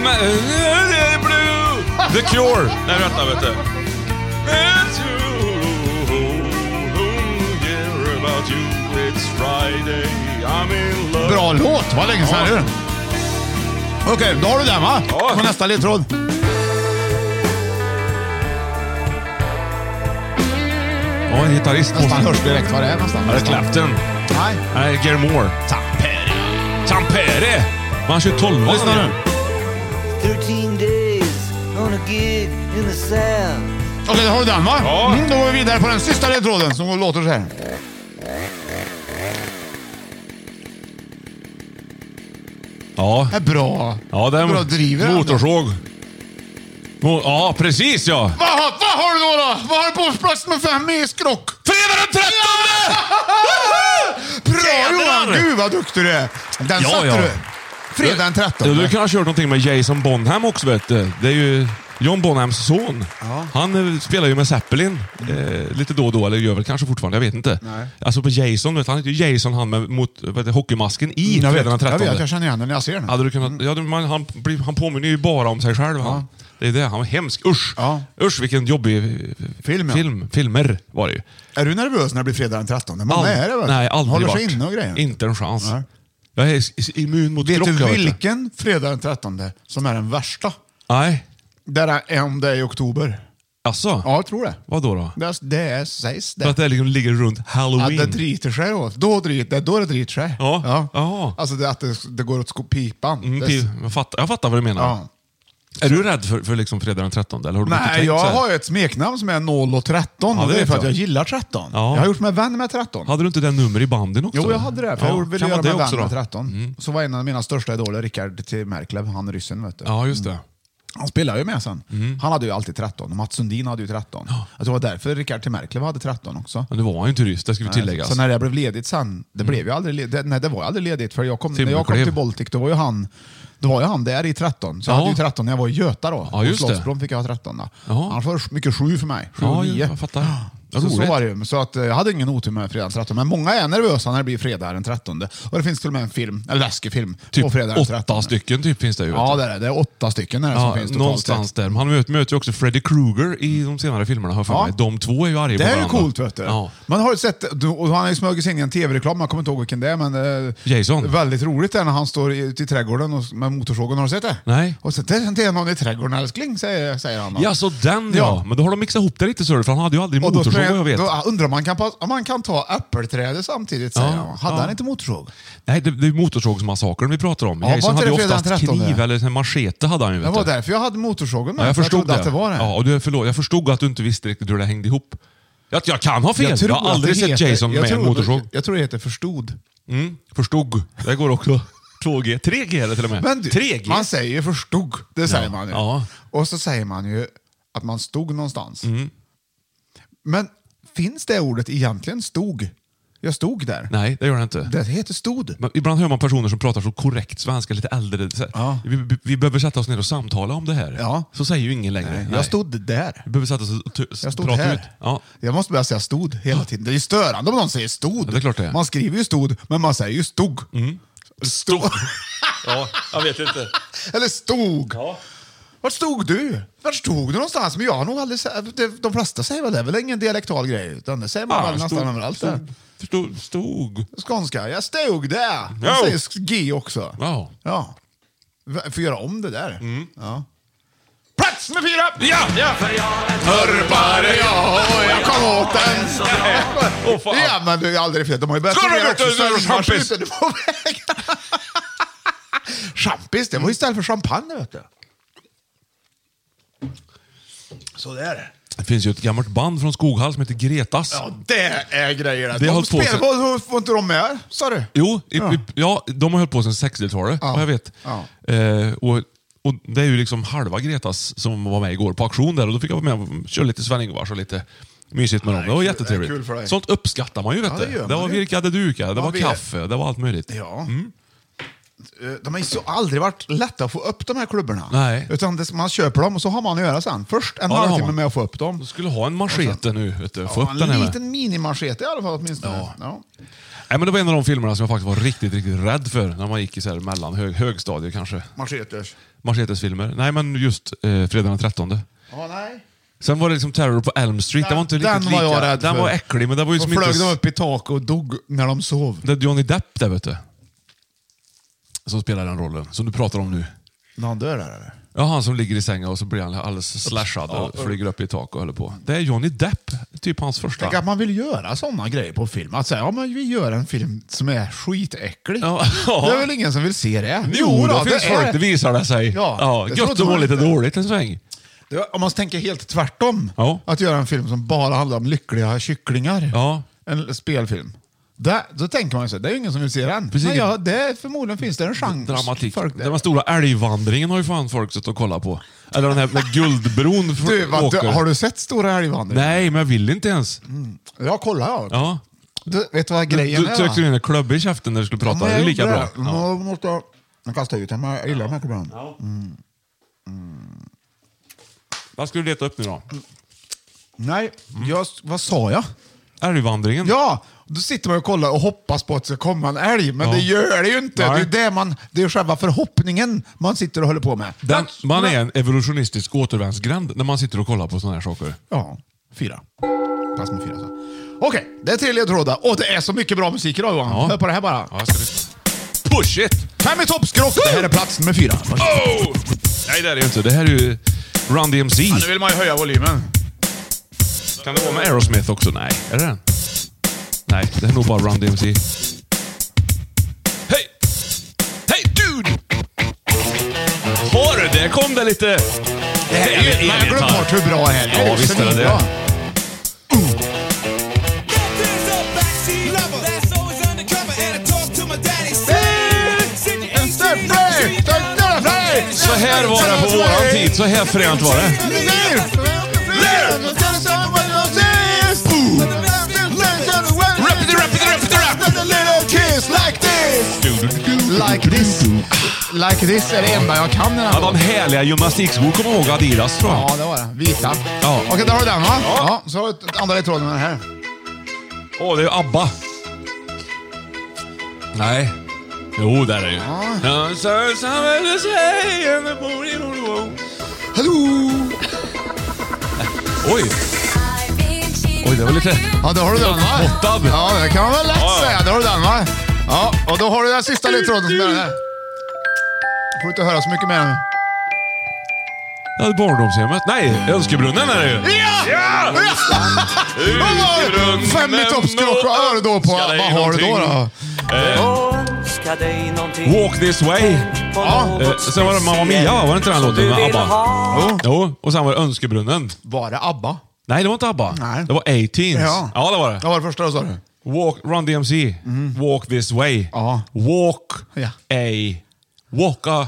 F: Men... Blue! The Cure! Nej, vänta, vet du. It's you who care about you. It's Friday, I'm in love.
E: Bra låt, vad länge sedan
F: Ja.
E: ja. Okej, då har du den va?
F: Ja.
E: På nästa ledtråd.
F: Ja, en gitarrist.
E: Nästan
F: måste-
E: hörs direkt vad det är nästan.
F: Ja, det är Clapton.
E: Nej.
F: Nej, Gary Moore. Tampere. Tampere! Men han kör tolvan.
E: Lyssna nu.
G: 13 days on a gig in the south.
E: Okej, då har du den va?
F: Ja.
E: Mm, då går vi vidare på den sista ledtråden som låter så här.
F: Ja.
E: Det är bra.
F: Ja, den
E: Bra driver han.
F: motorsåg. Mo- Ja, precis ja!
E: Vad har, vad har du då? då? Vad har du på plats nummer fem i skrock?
F: Fredag den 13!
E: Bra
F: Jävlar!
E: Johan! Gud vad duktig du är. Den
F: Ja,
E: satte
F: ja.
E: du. Fredag den 13.
F: Du, du kan ha kört någonting med Jason Bonham också vet du. Det är ju John Bonhams son. Han eh, spelar ju med Zeppelin eh, lite då och då, eller gör väl kanske fortfarande, jag vet inte.
E: Nej.
F: Alltså på Jason, vet, du, han heter ju Jason han med mot, vad heter, hockeymasken i
E: Mm, jag, vet,
F: Fredag den
E: jag
F: 13.
E: vet, jag känner igen den när jag ser den.
F: Hade du kunnat,
E: Mm.
F: ja, du, man, han, blir- han påminner ju bara om sig själv. Han. Det är det, han var hemsk. Usch!
E: Ja.
F: Usch vilken jobbig eh,
E: Film, ja.
F: film Filmer var det ju.
E: Är du nervös när det blir fredag den 13? Många är det väl?
F: Nej, aldrig
E: Håller sig
F: varit.
E: inne och grejer.
F: Inte en chans.
E: Nej.
F: Jag är s- s- immun mot
E: Vet
F: krock,
E: du
F: jag
E: vilken fredag den 13 som är den värsta?
F: Nej.
E: Där är om det är i oktober.
F: Alltså?
E: Ja, jag tror det.
F: Vad då? då?
E: Det, det är, sägs
F: För att
E: det.
F: det liksom ligger runt
E: Att
F: halloween?
E: det driter sig då. Då, drit, det, då det driter sig.
F: Ja. Jaha.
E: Alltså det, att det, det går åt sko- pipan.
F: Mm,
E: Det-
F: pi- jag, fattar, jag fattar vad du menar.
E: ja.
F: Är du rädd för, för liksom fredag den 13? Eller har du inte
E: Nej,
F: tänkt
E: jag
F: så här?
E: har ju ett smeknamn som är 0 och 13.
F: Ja,
E: och
F: det
E: det är
F: vet
E: för att
F: jag.
E: jag gillar 13.
F: Ja.
E: Jag har gjort mig vän med 13.
F: Hade du inte det nummer i banden också?
E: Jo, jag hade det. För
F: Ja,
E: jag ville
F: kan
E: göra
F: vara
E: mig
F: det
E: vän
F: också
E: med
F: då. Mm.
E: 13. Så var en av mina största idoler Rickard T. Merklev, han ryssen. Vet du.
F: Ja, just det.
E: Han spelade ju med sen.
F: Mm.
E: Han hade ju alltid 13 och Mats Sundin hade ju 13. Jag tror det var därför Rickard T. Merklev hade 13 också.
F: Men det var ju inte ryss, det ska vi tillägga. Mm.
E: Så när det blev ledigt sen, det blev ju aldrig ledigt. Det- Nej, det var ju aldrig ledigt. För jag kom, när jag kom
F: Timmerklev.
E: till Baltic, då var ju han, då var ju han där i 13. Så jag
F: Ja.
E: hade ju 13 när jag var i Göta då.
F: Ja, just
E: På Slottsbron fick jag ha 13. Då.
F: Ja.
E: Annars var det mycket 7 för mig. 7
F: Ja,
E: och 9.
F: jag fattar. Vad
E: så, så
F: roligt.
E: var det ju. Så att, eh, jag hade ingen otur med fredagen 13. Men många är nervösa när det blir fredag den 13. Och det finns till och med en film, en läskig film, på fredag
F: Typ
E: den
F: åtta
E: 13.
F: stycken typ finns det ju. vet
E: Ja,
F: du.
E: det är det. Det är åtta stycken är det som finns totalt
F: någonstans
E: sett.
F: där. Men Han möter, möter ju också Freddy Krueger i de senare filmerna, har jag för
E: Ja.
F: mig. De två är ju arga
E: Det
F: på
E: här är ju
F: varandra.
E: coolt vet du.
F: Ja.
E: Man har ju sett, du- och han har ju smugit sig in i en tv-reklam, man kommer inte ihåg vilken det är, men eh,
F: Jason.
E: det är väldigt roligt där när han står i- ute i trädgården och, med motorsågen. Har du sett det?
F: Nej.
E: Och så, det är inte någon i trädgården älskling, säger, säger han. då.
F: Ja, så den ja.
E: Ja.
F: Men då har de mixat ihop det lite, så för han hade ju aldrig
E: Och då,
F: motorsåg vad jag vet.
E: då ah, undrar man kan, pa- om man kan ta äppelträdet samtidigt,
F: Ja,
E: säger han. Hade
F: ja.
E: han inte motorsåg?
F: Nej, det, det är motorsågsmassakern vi pratar om.
E: Ja, var
F: Jason
E: inte
F: hade ju
E: det fredag
F: oftast
E: den 13?
F: kniv eller en machete hade han ju.
E: Det
F: Vet
E: var
F: du.
E: därför jag hade motorsågen med.
F: Ja, jag
E: för
F: förstod
E: trodde
F: det.
E: att det var det.
F: Ja, och du, förlåt, jag förstod att du inte visste riktigt hur det hängde ihop. Jag, jag kan ha fel. Jag,
E: tror
F: har
E: att
F: aldrig
E: det
F: sett
E: heter-
F: Jason
E: jag
F: med en
E: tror-
F: motorsåg.
E: Jag tror det heter förstod.
F: Mm, förstod. Det går också. 2G. 3G är det till och med.
E: Men du,
F: 3G.
E: man säger ju förstod, det säger man ju.
F: ja.
E: Och så säger man ju att man stod någonstans.
F: Mm.
E: Men finns det ordet egentligen stod? Jag stod där.
F: Nej, det gör det inte.
E: Det heter stod.
F: Men ibland hör man personer som pratar så korrekt svenska, lite äldre. Så här,
E: Ja.
F: vi, vi, vi behöver sätta oss ner och samtala om det här.
E: Ja.
F: Så säger ju ingen längre. Nej.
E: Jag stod där.
F: Vi behöver sätta oss och t-
E: Jag stod
F: prata
E: här.
F: ut. Ja.
E: Jag måste börja säga stod hela tiden. Det är ju störande om någon säger stod.
F: Ja, det är klart det är. Mm.
E: Man skriver ju stod, men man säger ju stod. Stod.
F: ja, jag vet inte.
E: Eller stod. Vart stod du? Vart stod du någonstans? Men jag har nog aldrig sett... det- De flesta säger väl det? Det är väl ingen dialektal grej? Utan det säger man väl nästan överallt. där.
F: Ah, stod, stod, stod.
E: Skånska. Jag stod där.
F: Ja.
E: Man säger G också.
F: Ja. Mm.
E: Ja. V- Får göra om det där. Ja. Plats nummer fyra!
F: Ja!
E: Hörpare jag och jag kom åt den.
F: Åh, fan.
E: Ja, men det är aldrig fel. De har ju bättre
F: Ska du
E: grejer
F: ut och-
E: också.
F: och
E: Sällan
F: champis?
E: slutar du på vägen. Champis, det var ju istället för champagne vet du. Sådär.
F: Det finns ju ett gammalt band från Skoghall som heter Gretas.
E: Ja, det är grejer det.
F: Det har
E: De
F: hållit på
E: spelar,
F: sen-
E: var, var inte de med? Sa du?
F: Jo, i, ja.
E: Ja.
F: I, ja, de har hållit på sedan 60-talet,
E: Ja.
F: ja. jag vet.
E: Ja.
F: Eh, och, och Det är ju liksom halva Gretas som var med igår på auktion där och då fick jag vara med och köra lite Sven-Ingvars och lite mysigt med dem. Det var
E: kul-
F: jättetrevligt.
E: det är kul för dig.
F: Sånt uppskattar man ju. vet
E: Ja,
F: du.
E: det gör
F: det,
E: man
F: var
E: ju.
F: virkade dukar, det
E: Man
F: var
E: vet.
F: kaffe, det var allt möjligt.
E: Ja. Mm. Eh, De har ju så aldrig varit lätta att få upp de här klubborna.
F: Nej.
E: Utan det, man köper dem och så har man att göra sen. Först en
F: det har
E: halvtimme
F: man.
E: med att få upp dem. Alltså,
F: Du skulle ha en machete nu. Vet du. Få
E: Ja,
F: upp den här
E: en
F: med.
E: liten minimachete i alla fall åtminstone.
F: Ja.
E: Ja.
F: Nej, men Det var en av de filmerna som jag faktiskt var riktigt, riktigt rädd för när man gick i så här mellan hög, högstadier kanske.
E: Macheters.
F: Machetesfilmer. Nej, men just eh, Fredag den 13.
E: Ja, nej.
F: Sen var det liksom Terror på Elm Street. Den, var inte
E: den
F: riktigt
E: var jag
F: lika.
E: rädd
F: Den
E: för.
F: var äcklig, men det var ju
E: Då
F: som
E: flög
F: inte...
E: de upp i tak och dog när de sov.
F: Det är Johnny Depp där, vet du. Som spelar den rollen, som du pratar om nu.
E: När han dör där eller?
F: Ja, han som ligger i sängen och så blir han alldeles slashad och flyger upp i tak och håller på. Det är Johnny Depp, typ hans första.
E: Tänk att man vill göra sådana grejer på film. Att säga, ja men vi gör en film som är skitäcklig.
F: Ja.
E: Det är väl ingen som vill se det?
F: Jo, då finns folk, det visar det sig.
E: Ja,
F: ja,
E: det
F: gött
E: trodde
F: att må
E: man
F: lite
E: inte.
F: dåligt en sväng.
E: Det var- Om man tänker helt tvärtom.
F: Ja.
E: Att göra en film som bara handlar om lyckliga kycklingar.
F: Ja.
E: En spelfilm. Där, då tänker man ju så, det är ju ingen som vill se den.
F: Precis.
E: Men ja, det, förmodligen finns det en genre.
F: Dramatik.
E: Folk,
F: Den här stora älgvandringen har ju fan folk suttit och kollat på. Eller den här med guldbron f-
E: du, vad, du,
F: åker.
E: har du Mm. sett Stora älgvandringen?
F: Nej, men jag vill inte ens.
E: Jag kollar jag.
F: Ja.
E: Du, vet du vad
F: Du,
E: grejen
F: du
E: är? va?
F: tryckte in en klubba i käften när du skulle prata.
E: Ja, men
F: det
E: jag
F: är lika
E: gjorde
F: bra.
E: det. Mm. Men Jag måste... Jag kastar ut den, men jag gillar den här klubban.
F: Vad ska du leta upp nu då?
E: Nej, jag, vad sa jag?
F: Älgvandringen?
E: Ja, då sitter man och kollar och hoppas på att det ska komma en älg, men
F: Ja.
E: det gör det ju inte. Det är,
F: Nej.
E: ju det, man, det är ju själva förhoppningen man sitter och håller på med.
F: Den, man är en evolutionistisk återvändsgränd när man sitter och kollar på sådana här saker.
E: Ja, fyra. Plats med fyra. så. Okej, det är tre ledtrådar. Och det är så mycket bra musik idag Johan.
F: Ja.
E: Hör på det här bara.
F: Ja, ska vi... Push it!
E: Fem i toppskrock. Det här är plats nummer fyra. Varsågod.
F: Oh! Nej, det är det ju inte. Det här är ju Run DMC.
E: Nu vill man ju höja volymen.
F: Kan det vara med Aerosmith också? Nej. Är det den? Nej, det är nog bara Run DMC. Hej! Hej dude! Har du? Där kom det lite... Det här
E: Jag har glömt bort hur bra det här är.
F: Ja, visst är det
E: svinbra.
F: det. Så här var det på våran tid. Så här fränt var det. Rapid, rapid, rapid, rapid.
E: Like this, Like this är det enda jag kan i den här
F: Ja, de härliga gymnastikskor kommer ihåg Adidas tror jag.
E: Ja, det var det. Vita.
F: Ja.
E: Okej, där har du den va? Ja. så har du andra ledtråden med den här.
F: Åh, det är ju ABBA. Nej. Jo, där är det ju. Ja. så- så vill jag säga, men bor i Nordå.
E: Hallå!
F: Oj! Oj, det var lite...
E: Ja, där har du den va?
F: Spottad.
E: Ja, det kan man väl lätt
F: Ja, ja.
E: säga. Där har du den va? Ja, och då har du den sista ledtråden som är den här. Får inte höra så mycket mer nu.
F: Ja, barndomshemmet. Nej, Önskebrunnen är det ju.
E: Ja!
F: Ja! Ut i brunnen
E: Fem i toppskrock och öredå på.
F: Ska dig
E: Vad har du då? då?
F: någonting. Walk this way.
E: Ja.
F: Eh, sen var det Mamma Mia, va? var det inte den låten med ABBA?
E: Jo.
F: Jo, och sen var det Önskebrunnen.
E: Var det ABBA?
F: Nej, det var inte ABBA.
E: Nej.
F: Det var A-Teens.
E: Ja.
F: ja, det var det.
E: Det var det första du sa du.
F: Walk, Run DMC. Walk this way.
E: Mhm. Ja.
F: Walk
E: Ja.
F: a... Walk a...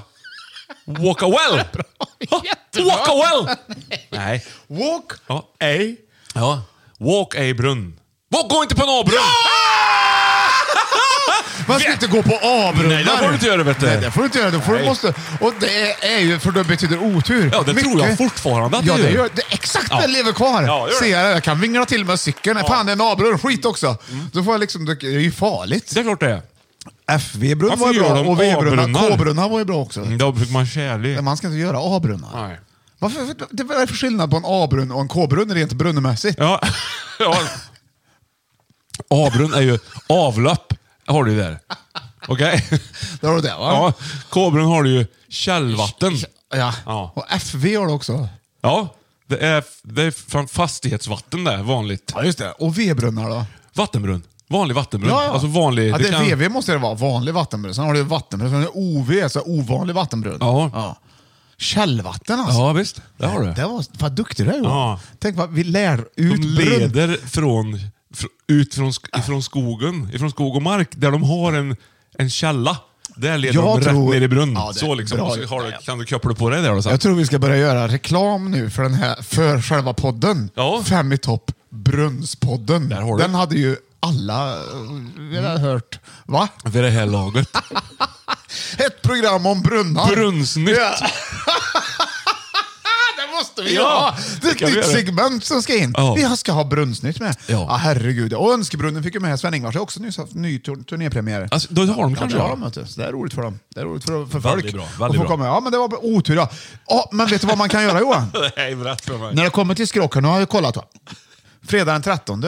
F: Walk a well.
E: Jättebra.
F: Walk a well. Nej.
E: Walk
F: Ja.
E: A.
F: Ja. Walk a brunn. Walk, gå inte på en A-brunn!
E: Man ska inte gå på A-brunnar.
F: Nej, det får du inte göra, vet du.
E: Nej, det får du inte göra. Då får du
F: Nej.
E: måste, och det är ju, för det betyder otur.
F: Ja, det tror jag fortfarande att
E: ja,
F: det
E: det
F: gör.
E: gör. Det, exakt,
F: Ja.
E: det lever kvar.
F: Ja, det gör
E: Ser jag, jag kan vingla till med cykeln. Fan, det är en A-brunn. Skit också.
F: Mm.
E: Då får jag liksom, det är ju farligt.
F: Det är klart det är.
E: FV-brunn
F: Varför
E: var ju
F: gör
E: bra
F: de
E: och V-brunnar.
F: A-brunnar?
E: K-brunnar var ju bra också.
F: Då fick man kärlek.
E: Men Mm. Man ska inte göra A-brunnar.
F: Nej.
E: Varför, det vad är det för skillnad på en A-brunn och en K-brunn rent brunnmässigt?
F: Ja. ja. A-brunn är ju avlopp. Har du ju där. Okej?
E: Där har du det va?
F: Ja. K-brunn har du ju källvatten.
E: Ja.
F: Ja.
E: Och FV har du också.
F: Ja, det är, det är fan fastighetsvatten där, vanligt.
E: Ja, just det. Och V-brunnar då?
F: Vattenbrunn. Vanlig vattenbrunn.
E: Ja, ja.
F: Alltså vanlig.
E: ja, det
F: kan-
E: är VV måste det vara, vanlig vattenbrunn. Sen har du vattenbrunn, sen är det OV, så ovanlig vattenbrunn.
F: Ja.
E: Källvatten alltså.
F: Ja, visst. Det har du.
E: Det var, vad duktig du är Johan.
F: Ja.
E: Tänk vad vi lär ut
F: De
E: brunn.
F: leder från, fr- ut från, sk- ifrån skogen, ifrån skog och mark, där de har en, en källa. Där leder
E: Jag
F: de
E: tror-
F: rätt ner i brunnen.
E: Ja, det är
F: så liksom.
E: bra.
F: Så har du, kan du koppla på dig där då sen.
E: Jag tror vi ska börja göra reklam nu för, den här, för själva podden.
F: Ja.
E: Fem i topp, Brunnspodden.
F: Där har du.
E: Den hade ju alla eh, vi har hört. Va?
F: Vid det här laget.
E: Ett program om brunnar.
F: Brunnsnytt.
E: Ja. ah, det måste vi
F: Ja,
E: ha! Det är ett
F: kan vi
E: nytt
F: göra.
E: segment som ska in.
F: Ja.
E: Vi ska ha brunnsnytt med. Ja.
F: Ja.
E: herregud. Och Önskebrunnen fick ju med Sven-Ingvars. har också nyss haft ny tur- turnépremiär.
F: Alltså, då har de
E: Ja, det
F: kanske
E: har de, vet du. Så det är roligt för dem. Det är roligt för, för folk.
F: Väldigt bra,
E: Och
F: väldigt
E: folk
F: bra.
E: kommer, ja, men det var otur. Ja. Ja, men vet du vad man kan göra Johan?
F: Nej, berätta för mig.
E: När det kommer till skrocken, nu har jag kollat. va? Fredag den 13.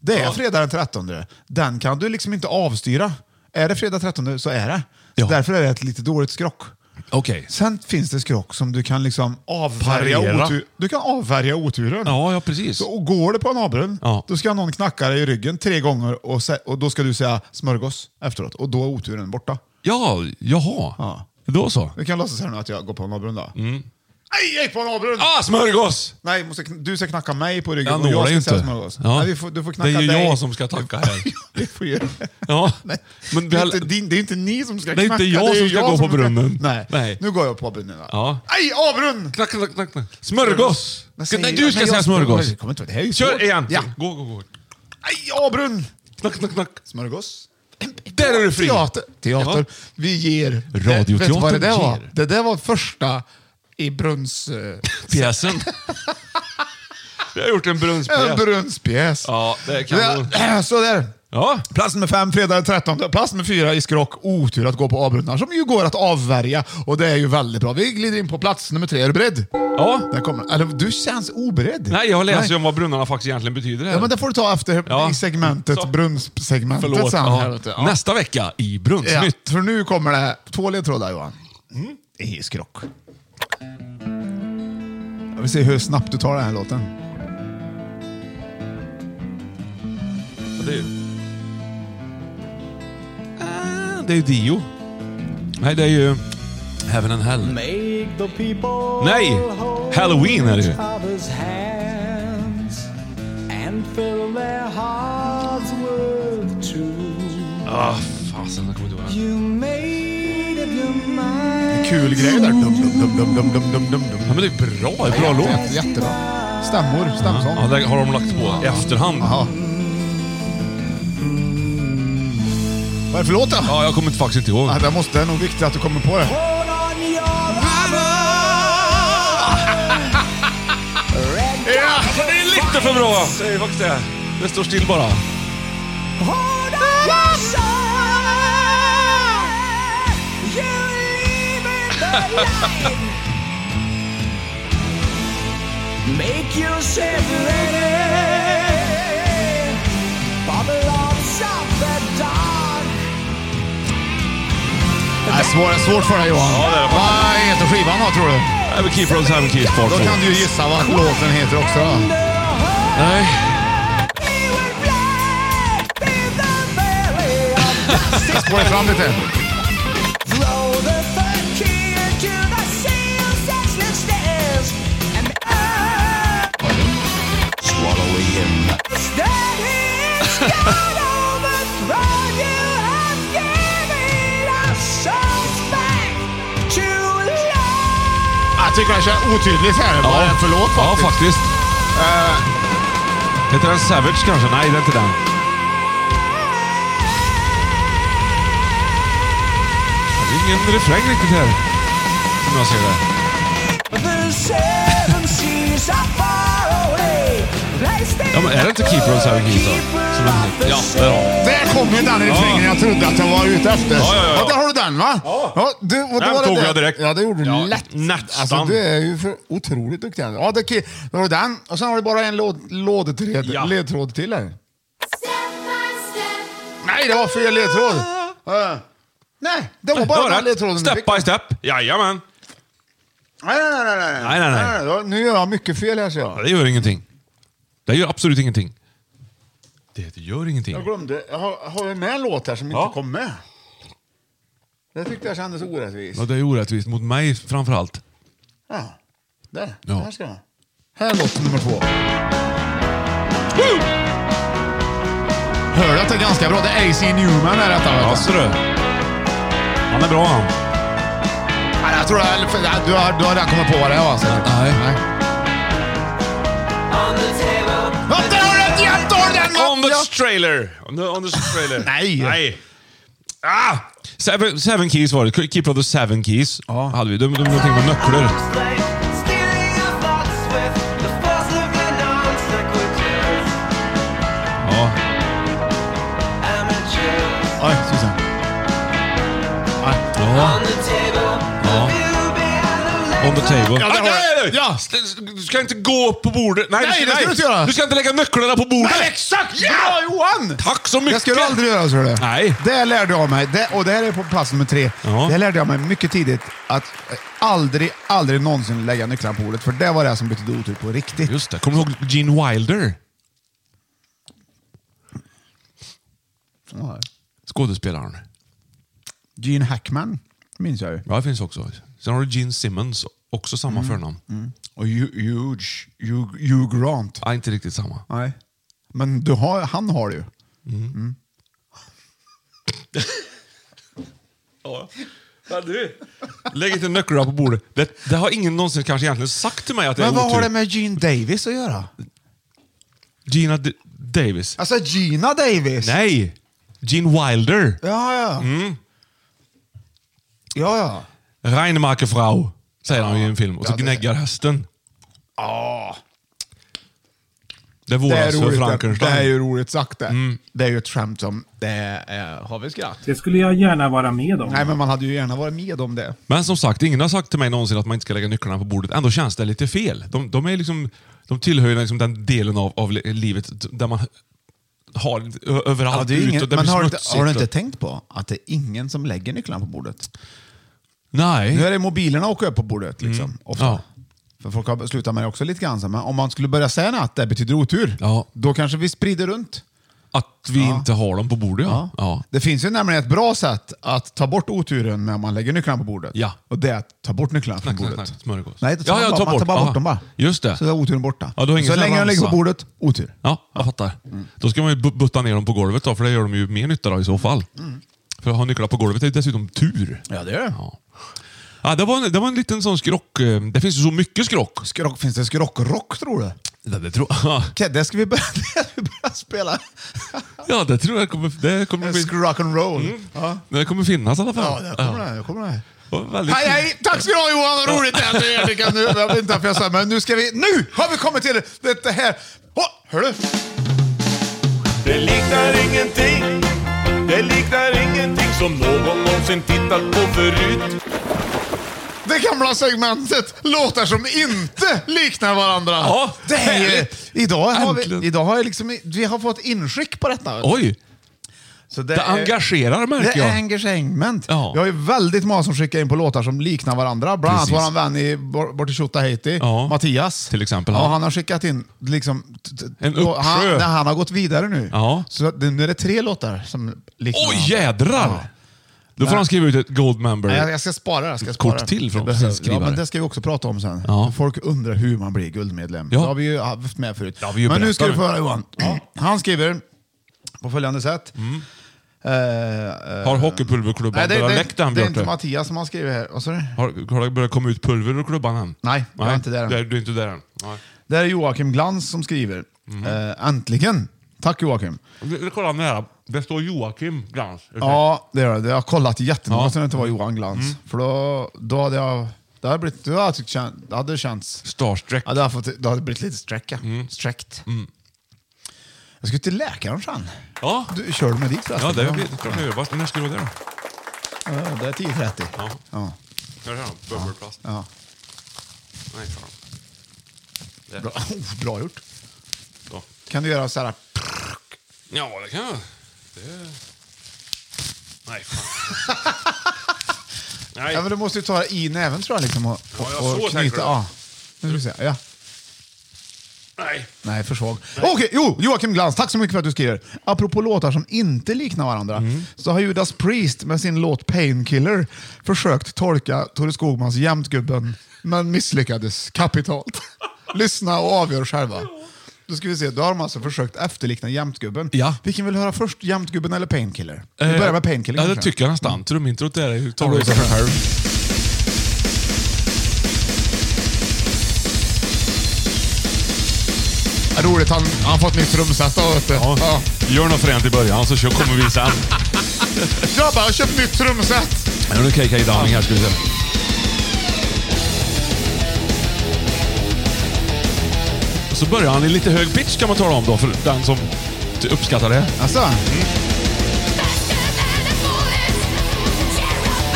E: Det är
F: Ja.
E: fredag den 13. Den kan du liksom inte avstyra. Är det fredag 13 så är det.
F: Ja.
E: Därför är det ett lite dåligt skrock.
F: Okej.
E: Sen finns det skrock som du kan liksom avvärja,
F: Parera.
E: otur, du kan avvärja oturen.
F: Ja, ja precis.
E: Så, och går det på en avbrunn,
F: Ja.
E: då ska någon knacka dig i ryggen tre gånger och, sä- och då ska du säga smörgås efteråt och då är oturen borta.
F: Ja, jaha.
E: Ja.
F: Då så.
E: Du kan låtsas här nu att jag går på en avbrunn då.
F: Mm.
E: Nej, jag gick på en avbrunn!
F: Ah, smörgås!
E: Nej, måste, kn- du ska knacka mig på ryggen
F: Jag
E: och
F: når
E: jag
F: dig
E: ska
F: inte.
E: säga smörgås.
F: Ja.
E: Nej, vi får, du får
F: Det
E: knacka
F: är ju
E: dig.
F: jag som ska tacka här.
E: Ja, det får ju.
F: Ja.
E: Nej.
F: Men
E: det, är
F: väl-
E: inte, din- det är inte ni som ska
F: Det är
E: knacka.
F: inte jag
E: ju
F: som ska gå på brunnen.
E: Nej.
F: Nej.
E: nu går jag på brunnen. då.
F: Ja.
E: Nej, avbrunn!
F: Knack, knack, knack, knack. Smörgås!
E: Vad säger
F: Nej,
E: jag?
F: du ska
E: Nej,
F: säga
E: jag-
F: smörgås.
E: Jag kommer inte ihåg, det här är ju svårt.
F: Kör igen.
E: Ja.
F: Gå, gå, gå.
E: Aj, avbrunn!
F: Knack, knack, knack.
E: Smörgås.
F: Där är du fri.
E: Teater. Teater.
F: Ja.
E: Vi ger...
F: Radioteatern
E: Vet du vad det där var?
F: ger.
E: Det där var första i brunns... eh,
F: Pjäsen. Vi har gjort en
E: En
F: brunnspjäs.
E: brunspjäs.
F: Ja, det kan
E: Ja, Så där.
F: Ja.
E: Plats nummer fem, fredag den 13. Plats nummer fyra i skrock, otur att gå på avbrunnar som ju går att avvärja och det är ju väldigt bra. Vi glider in på plats nummer tre. Är du beredd?
F: Ja.
E: Där kommer, eller, du känns oberedd.
F: Nej, jag läser ju om vad brunnarna faktiskt egentligen betyder. Här.
E: Ja, men det får du ta efter
F: Ja.
E: i segmentet,
F: Så.
E: brunnssegmentet
F: Förlåt.
E: sen.
F: Ja.
E: Här, vet du. Ja.
F: Nästa vecka i
E: Ja,
F: Brunnsnytt.
E: för nu kommer det två ledtrådar Johan. Mm. I skrock. Jag vill se hur snabbt du tar den här låten.
F: Det är ju... Ah, Det är ju Dio. Nej, det är ju... Heaven and Hell. Nej! Halloween är det ju. Ah, fasen. Jag kommer inte ihåg det.
E: Kul grej där. Dum, dum, dum, dum, dum, dum, dum, dum, dum.
F: Ja, men det är bra. Det är bra låt.
E: Jätte- Jättebra. Stämmor, stämsång.
F: Ja, det har de lagt på i efterhand.
E: Jaha. Vad är det för låt då?
F: Ja, jag kommer inte- faktiskt inte ihåg.
E: Ah, Ja, det måste det är nog viktigt att du kommer på det.
F: inte för bra. Det är faktiskt det. Det står still bara.
G: Make yourself ready. Babylon's up the dark.
E: Nej, svår, svårt för dig Johan.
F: Ja, det är det faktiskt.
E: Vad heter skivan då tror du?
F: I will keep on having keys part
E: Då
F: four.
E: kan du ju gissa vad låten heter också då.
F: Nej.
E: Spola fram lite. Jag tycker den känns otydligt här. Vad är det för låt
F: Ja,
E: faktiskt?
F: faktiskt. Eh. Heter den Savage kanske? Nej, det är inte den. Det är ingen refräng riktigt här. Som jag ser det. Ja, men är det inte Keeper of Seven Keys då? Som den heter? Ja, det är den.
E: Där kom ju den refrängen jag trodde att jag var ute efter.
F: Ja, ja, ja.
E: där har du den va? Ja. du, och då
F: Den
E: var det
F: tog
E: det.
F: jag direkt.
E: Ja, det gjorde du
F: Ja,
E: lätt.
F: nästan.
E: Alltså, du är ju för otroligt duktig. Ja, det, ki- då har du den. Och sen har du bara en låd, lådetred,
F: Ja.
E: ledtråd till här. Nej, det var fel ledtråd. Eh, nej, det var bara
F: Det var
E: den
F: rätt.
E: ledtråden du fick.
F: Step by step. Jajamän.
E: Nej, nej, nej. nej,
F: Nej, nej, nej.
E: då- Nu gör jag mycket fel här ser
F: Ja,
E: jag.
F: det gör ingenting. Det gör absolut ingenting. Det gör ingenting.
E: Jag glömde. Jag har, har jag med en låt här som
F: Ja.
E: inte kom med? Det tyckte jag kändes orättvist.
F: Ja, det är orättvist mot mig framförallt.
E: Ja. Där.
F: Ja.
E: Här ska den. Här är låt nummer två. Hör du att det är ganska bra? Det är AC Newman är detta.
F: Ja,
E: Vet
F: ser
E: du.
F: du. Han är bra han.
E: Nej, jag tror det är, för- nej, du, har, du har redan kommit på vad det var. Så.
F: Nej.
E: Ja, där har du ett jättehål den! va?
F: On the trailer. On the, on the trailer.
E: Nej.
F: Nej. Ah! Seven, seven Keys var det. Keeper of the Seven Keys.
E: Ja.
F: Hade vi. De, de, någonting med nycklar. Ja.
E: Oj, Susan.
F: Ja. ja. On the table.
E: Ja, där har jag.
F: nej, nej, nej.
E: Ja.
F: S- Du ska inte gå på bordet. Nej,
E: Nej, det ska du inte göra.
F: Du ska inte lägga nycklarna på bordet.
E: Nej, exakt! Bra Johan!
F: Tack så mycket!
E: Det ska du aldrig göra, tror du.
F: Nej.
E: Det lärde jag mig, det, och det här är på plats nummer tre.
F: Ja.
E: Det lärde jag mig mycket tidigt, att aldrig, aldrig någonsin lägga nycklarna på bordet, för det var det som betydde otur på riktigt.
F: Just det. Kommer du ihåg Gene Wilder?
E: Ja.
F: Skådespelaren.
E: Gene Hackman minns jag ju.
F: Ja, det finns också. Sen har du Gene Simmons, också samma
E: Mm.
F: förnamn.
E: Och Hugh- Huge, Hugh, Hugh Grant.
F: Ja, inte riktigt samma.
E: Nej. Men du har, han har det ju.
F: Ja, du. Lägg inte nycklarna på bordet. Det, det har ingen någonsin kanske egentligen sagt till mig att det
E: Men
F: är
E: vad
F: otur.
E: har det med Gene Davis att göra?
F: Gina D- Davis.
E: Alltså Gina Davis?
F: Nej! Mm. Gene Wilder.
E: Ja, ja. Ja, ja.
F: Reinemacher Frau, säger han ju i en film. Och så
E: Ja, det-
F: gnäggar hästen. Det
E: Det är,
F: våras för
E: roligt, det
F: alltså, Frankenstein. Mm.
E: är ju roligt sagt det. Det är ju ett skämt som... Det är, eh, har vi skratt?
H: Det skulle jag gärna vara med om.
E: Nej, men man hade ju gärna varit med om det.
F: Men som sagt, ingen har sagt till mig någonsin att man inte ska lägga nycklarna på bordet. Ändå känns det lite fel. De, de, är liksom, de tillhör ju liksom den delen av, av li- livet där man har ö- överallt
E: det är ju
F: ut och
E: ingen,
F: det
E: men
F: blir
E: har du, inte,
F: smutsigt.
E: har du inte
F: och-
E: tänkt på att det är ingen som lägger nycklarna på bordet?
F: Nej.
E: Nu är det mobilerna åker upp på bordet liksom, ofta.
F: Eh. Mm. Ja.
E: För folk har slutat med det också lite grann. så. Men om man skulle börja säga att det betyder otur,
F: Ja.
E: då kanske vi sprider runt.
F: Att vi inte har dem på bordet, ja. ja.
E: Det finns ju nämligen ett bra sätt att ta bort oturen när man lägger nycklarna på bordet.
F: Ja.
E: Och det är att ta bort nycklarna från
F: Knack, knack,
E: bordet.
F: knack. Smörgås.
E: Nej, det tar
F: Ja,
E: man
F: ja,
E: bara-
F: ta
E: man tar
F: bort.
E: bara
F: Ja.
E: bort dem bara.
F: Just det.
E: Så är oturen borta.
F: Ja, då är ingen
E: så
F: sån här
E: länge de ligger på
F: ramsa.
E: bordet, otur.
F: Ja, jag fattar.
E: Mm.
F: Då ska man ju bu- butta ner dem på golvet då, för det gör de ju mer nytta då i så fall.
E: Mm.
F: För att ha nycklar på golvet är ju dessutom tur.
E: Ja, det är det.
F: Ja. Ja, det, var en, det var en liten sån skrock. eh, Det finns ju så mycket skrock.
E: Skrock, finns det skrockrock tror du?
F: Ja, det tror jag.
E: Okej, det ska vi börja, det ska vi börja spela.
F: Ja, det tror jag kommer, det kommer, bli,
E: Skrock and roll. Ja.
F: Mm. det kommer finnas i alla fall.
E: ja, det kommer det. här, det kommer det. här.
F: Och väldigt
E: Hej, hej! Tack ska du ha Johan, vad roligt det här med er. Det kan- nu- Jag vet inte varför jag sa men nu ska vi... Nu har vi kommit till det, det här. Åh, hör du?
I: Det liknar ingenting Det liknar ingenting som någon någonsin tittat på förut
E: Det gamla segmentet låtar som inte liknar varandra.
F: Ja,
E: det är,
F: härligt.
E: idag har vi,
F: Äntligen.
E: idag har jag liksom, vi har fått inskick på detta.
F: Oj!
E: Så
F: Det engagerar märker
E: Det är
F: jag.
E: engagement.
F: Ja.
E: Vi har ju väldigt många som skickar in på låtar som liknar varandra. Bland annat
F: Precis.
E: vår vän i, bort bort i Tjotahejti,
F: Ja.
E: Mattias.
F: Till exempel,
E: Ja.
F: ja.
E: han har skickat in liksom, t- t-
F: En
E: då- han,
F: uppsjö.
E: nej, han har gått vidare nu.
F: Ja.
E: Så att det, nu är det tre låtar som liknar
F: Oj,
E: varandra.
F: jädrar!
E: Ja.
F: Då får han skriva ut ett gold
E: Nej,
F: member.
E: Jag, jag ska spara det. Jag ska
F: Ett
E: spara
F: kort
E: det.
F: till från
E: Det behövs.
F: skrivare.
E: ja, men Det ska vi också prata om sen.
F: Ja.
E: Folk undrar hur man blir guldmedlem.
F: Ja.
E: Det har vi ju haft med förut.
F: har vi ju
E: men nu
F: berättat
E: ska du
F: nu.
E: få höra Johan. Han skriver på följande sätt.
F: Mm.
E: Eh, eh,
F: Har hockeypulverklubban
E: Nej, det,
F: börjat
E: det,
F: läcka den,
E: det är
F: Björte?
E: inte Mattias som har skrivit här. Vad sa du?
F: Har, har det börjat komma ut pulver ur klubban än?
E: Nej, jag är inte där än.
F: Du är, du är inte där än. Nej.
E: Det är Joakim Glans som skriver.
F: Mhm.
E: Eh, äntligen! Tack Joakim.
F: Vi- vi kollar nära. Det står Joakim Glans.
E: Ja, det gör det. Jag har kollat jättenoga
F: Ja. Mm.
E: sen det inte var Johan Glans. För då, då hade jag... Det hade, blivit, det hade, jag tyckt kän- det hade känts...
F: Starstreck.
E: Ja, det har, fått, det har blivit lite sträck, ja.
F: Mm.
E: Sträckt. Jag ska till läkaren sen.
F: Ja.
E: Du, kör du med dit förresten?
F: Ja, det vet jag. Klart jag gör. Vad- När ska du vara där då?
E: Ja, det är 10.30.
F: Ja.
E: Ja.
F: Här är han. Bubbelplast.
E: Ja.
F: Nej, fan. Där.
E: Bra. Oh, bra gjort.
F: Så.
E: Kan du göra så här?
F: Ja, det kan jag. Det... Nej, fan. Nej.
E: Ja, men du måste ju ta det i näven tror jag. Liksom, och,
F: Ja, jag
E: och-
F: så
E: och
F: tänker
E: knyta.
F: du.
E: Ja. Nu ska vi se. Ja.
F: Nej.
E: Nej, för svag. Okej, jo, Joakim Glans, tack så mycket för att du skriver. Apropå låtar som inte liknar varandra,
F: Mm.
E: så har Judas Priest med sin låt Painkiller försökt tolka Thore Skogmans Jämtgubben, men misslyckades kapitalt. Lyssna och avgör själva. Då ska vi se, då har de alltså försökt efterlikna Jämtgubben.
F: Ja. Eh,
E: Vilken vill höra först, Jämtgubben eller Painkiller? Vi börjar med Painkiller
F: Ja, det
E: kanske.
F: tycker jag nästan. Trumintrot där är ju
E: Tar du
F: talar för
E: sig
F: sig
E: själv.
F: själv.
E: Ja, Roligt, han han har fått nytt trumset då, vet du. Ja.
F: Ja. Gör något fränt i början så kör, kommer vi sen.
E: Grabbar, jag har köpt nytt trumset!
F: Nu är det KK Downing här ska vi se. Och Så börjar han i lite hög pitch kan man tala om då, för den som inte uppskattar det.
E: Alltså,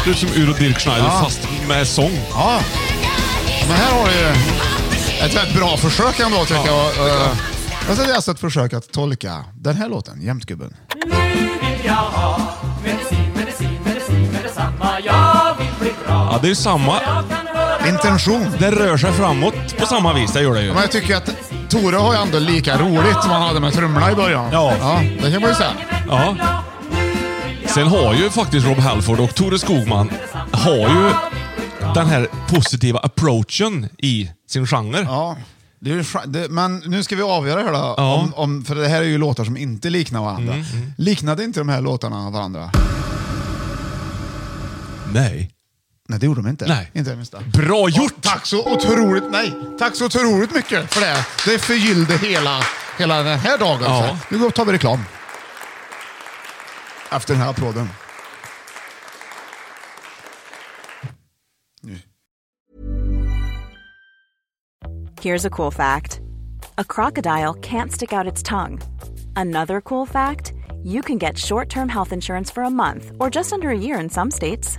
F: Det är som Uro Dirk Schneider
E: Ja.
F: fast med sång.
E: ja. Men här har du ju ett väldigt bra försök ändå tycker jag. Eh, Alltså, det är alltså ett försök att tolka den här låten, Jämtgubben.
F: Ja, det är ju samma.
E: Intention.
F: Det rör sig framåt på samma vis, det gör det ju.
E: Men jag tycker att Tore har ju ändå lika roligt som han hade med trummorna i början.
F: Ja.
E: det kan man ju säga.
F: Ja. Sen har ju faktiskt Rob Halford och Tore Skogman har ju den här positiva approachen i sin genre.
E: Ja. Det är, ju fra- det, men nu ska vi avgöra här då.
F: Ja.
E: Om,
F: Mm,
E: om, för det här är ju låtar som inte liknar varandra. Liknade inte de här låtarna varandra?
F: Nej.
E: Nej, det gjorde de inte.
F: Nej.
E: Inte det minsta.
F: Bra gjort!
E: Tack så otroligt, nej, tack så otroligt mycket för det. Det förgyllde hela, hela den här dagen.
F: Ja.
E: Så, Nu går- tar vi reklam. Efter den här applåden. Nu.
J: Here's a cool fact a crocodile can't stick out its tongue. Another cool fact you can get short term health insurance for a month or just under a year in some states.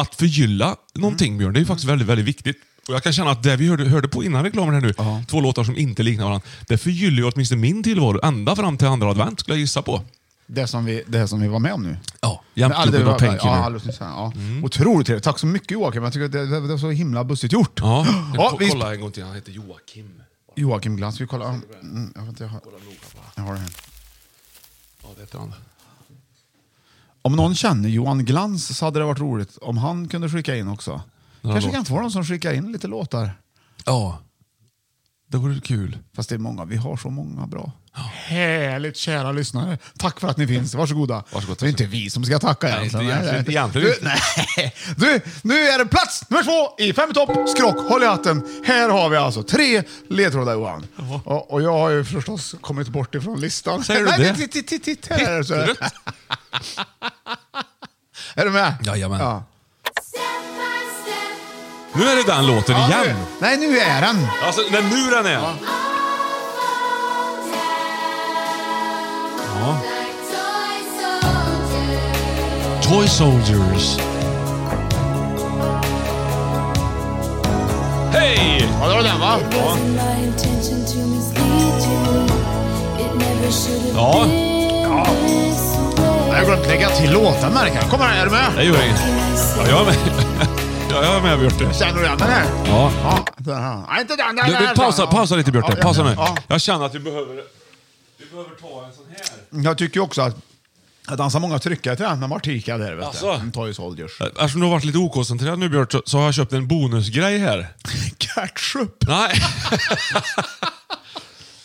F: Att förgylla någonting, Björn, det är ju faktiskt väldigt, väldigt viktigt. Och jag kan känna att det vi hörde, hörde på innan reklamen här nu, två låtar som inte liknar varandra, det förgyller ju åtminstone min tillvaro ända fram till andra advent, skulle jag gissa på.
E: Det som vi, det som vi var med om nu.
F: Ja, Jämtklubben och Penkin.
E: Ja, alldeles nyss här, ja.
F: Mm.
E: Otroligt trevligt. Tack så mycket Joakim. Jag tycker att det, det, det var så himla bussigt gjort.
F: Ja,
E: Ja, vi-
F: kolla en gång till. Han heter Joakim.
E: Joakim Glans, vi kollar. Mm, jag, vet inte, jag, har, jag har det här.
F: Ja, det heter han.
E: Om någon känner Johan Glans så hade det varit roligt om han kunde skicka in också.
F: Ja,
E: Kanske
F: låt.
E: kan få någon som skickar in lite låtar.
F: Ja, det vore kul.
E: Fast det är många. Vi har så många bra. Härligt kära lyssnare. Tack för att ni finns. Varsågoda. Varsågod, det är inte vi som ska tacka
F: Nej,
E: egentligen.
F: inte egentligen, inte egentligen.
E: Du, nej. du, nu är det plats nummer två i Fem i topp. Skrock, håll i hatten. Här har vi alltså tre ledtrådar Johan. Och, och jag har ju förstås kommit bort ifrån listan.
F: Säger du
E: nej,
F: det?
E: Titt, titt, titt, titt, här är det. Så.
F: Rött.
E: Är du med?
F: Jajamän.
E: Ja.
F: Nu är det den låten
E: Ja,
F: igen.
E: nu- Nej, nu är den.
F: Alltså, när nu den är. Ja. Toy Soldiers. Hej!
E: Ja, det var den va?
F: Ja.
E: Ja. Jag har glömt lägga till låten märker jag. Kommer här, är du med?
F: Det gör inget. Ja, jag är med. Ja, jag är med Björte.
E: Känner du igen den här?
F: Ja.
E: Ja, den här. Nej, inte den. den
F: Du,
E: här.
F: du, pausa, pausa lite Björte.
E: Ja, ja,
F: Pausa nu.
E: ja.
F: Jag känner att vi behöver, vi behöver ta en sån här.
E: Jag tycker ju också att jag dansar många tryckare till den med Martika där. Vet
F: Alltså.
E: du. Mm, Toy Soldiers.
F: Eftersom du har varit lite okoncentrerad nu Björte, så- så har jag köpt en bonusgrej här.
E: Ketchup!
F: Nej.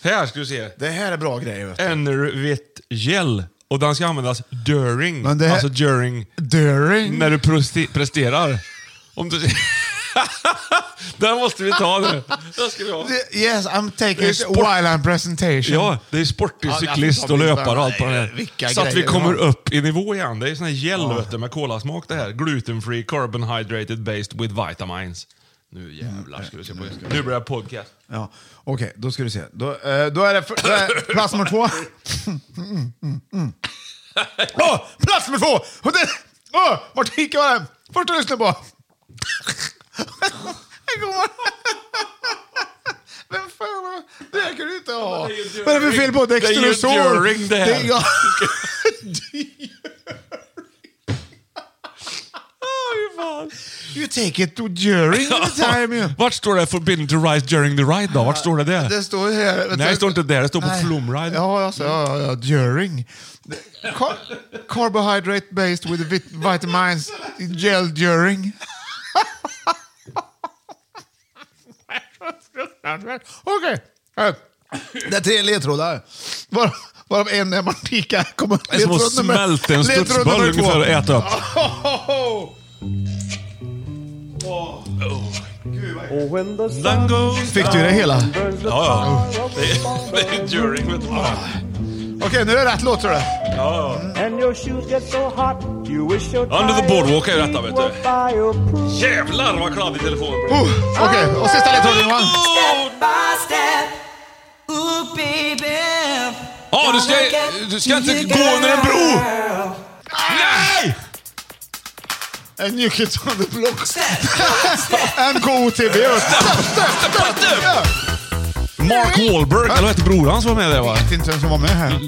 F: här ska du se.
E: Det här är bra grejer. Vet du.
F: Enervit gel. Och den ska användas during.
E: Men det här-
F: Alltså during.
E: During.
F: När du prosti- presterar. Om du... den måste vi ta nu. Den ska vi ha.
E: Yes, I'm
F: Det
E: taking
F: är
E: it
F: sport-
E: while I'm presentation.
F: Ja, det är sportig
E: Ja, det är
F: cyklist och
E: absolut.
F: löpare och allt på det
E: eh, Vilka
F: här. Så att vi
E: grejer
F: kommer
E: det var.
F: upp i nivå igen. Det är sån här gel vet du, med kolasmak det här. Gluten free, carbon hydrated based with vitamins. Nu jävlar ska du se på Nu börjar podcast.
E: Ja, Okej, då ska du se. Då, eh, då är det, för, då är plats nummer två. Mm, mm, mm. Åh, plats nummer två! Och det, oh, Martika var det första jag lyssnade på. God morgon. Vem fan var det? Det här kan du inte ha. Vad är det för fel på
F: Det är ju
E: Dextrosol?
F: during det här.
E: är- ja. You take it to during the time. you.
F: Vart står det forbidden to rise during the ride då? Vart står det där?
E: Det står ju här.
F: Nej, det står inte där. Det står på
E: Nej.
F: Flumride.
E: Ja, alltså, ja, ja, ja, during. Car- carbohydrate based with vit- vitamins in gel during. Okej. Eh, Det är tre ledtrådar. Var, varav en är Martika. Kommer
F: Det är som att
E: ledtråd nummer-
F: smälta en
E: ledtråd
F: studsboll
E: nummer två.
F: ungefär och äta upp. Den goes
E: Fick du det hela? Okej,
F: Ja, ja. Det är- Det är during. Ah, vet du. Ja.
E: nu är det rätt låt tror du.
F: Ja.
G: And your shoes get so hot, you wish your
F: Under the boardwalk är detta vet du.
G: fireproof.
F: Jävlar vad kladdig telefonen blev.
E: Oh, Okej, och sista ledtråden Johan.
F: Ja, Ah, du ska, du ska inte gå under en bro! Nej!
E: En new kids on the block. MKOTB.
F: Mark Wahlberg, eller vad hette bror hans var med där va?
E: Jag vet inte vem som var med här.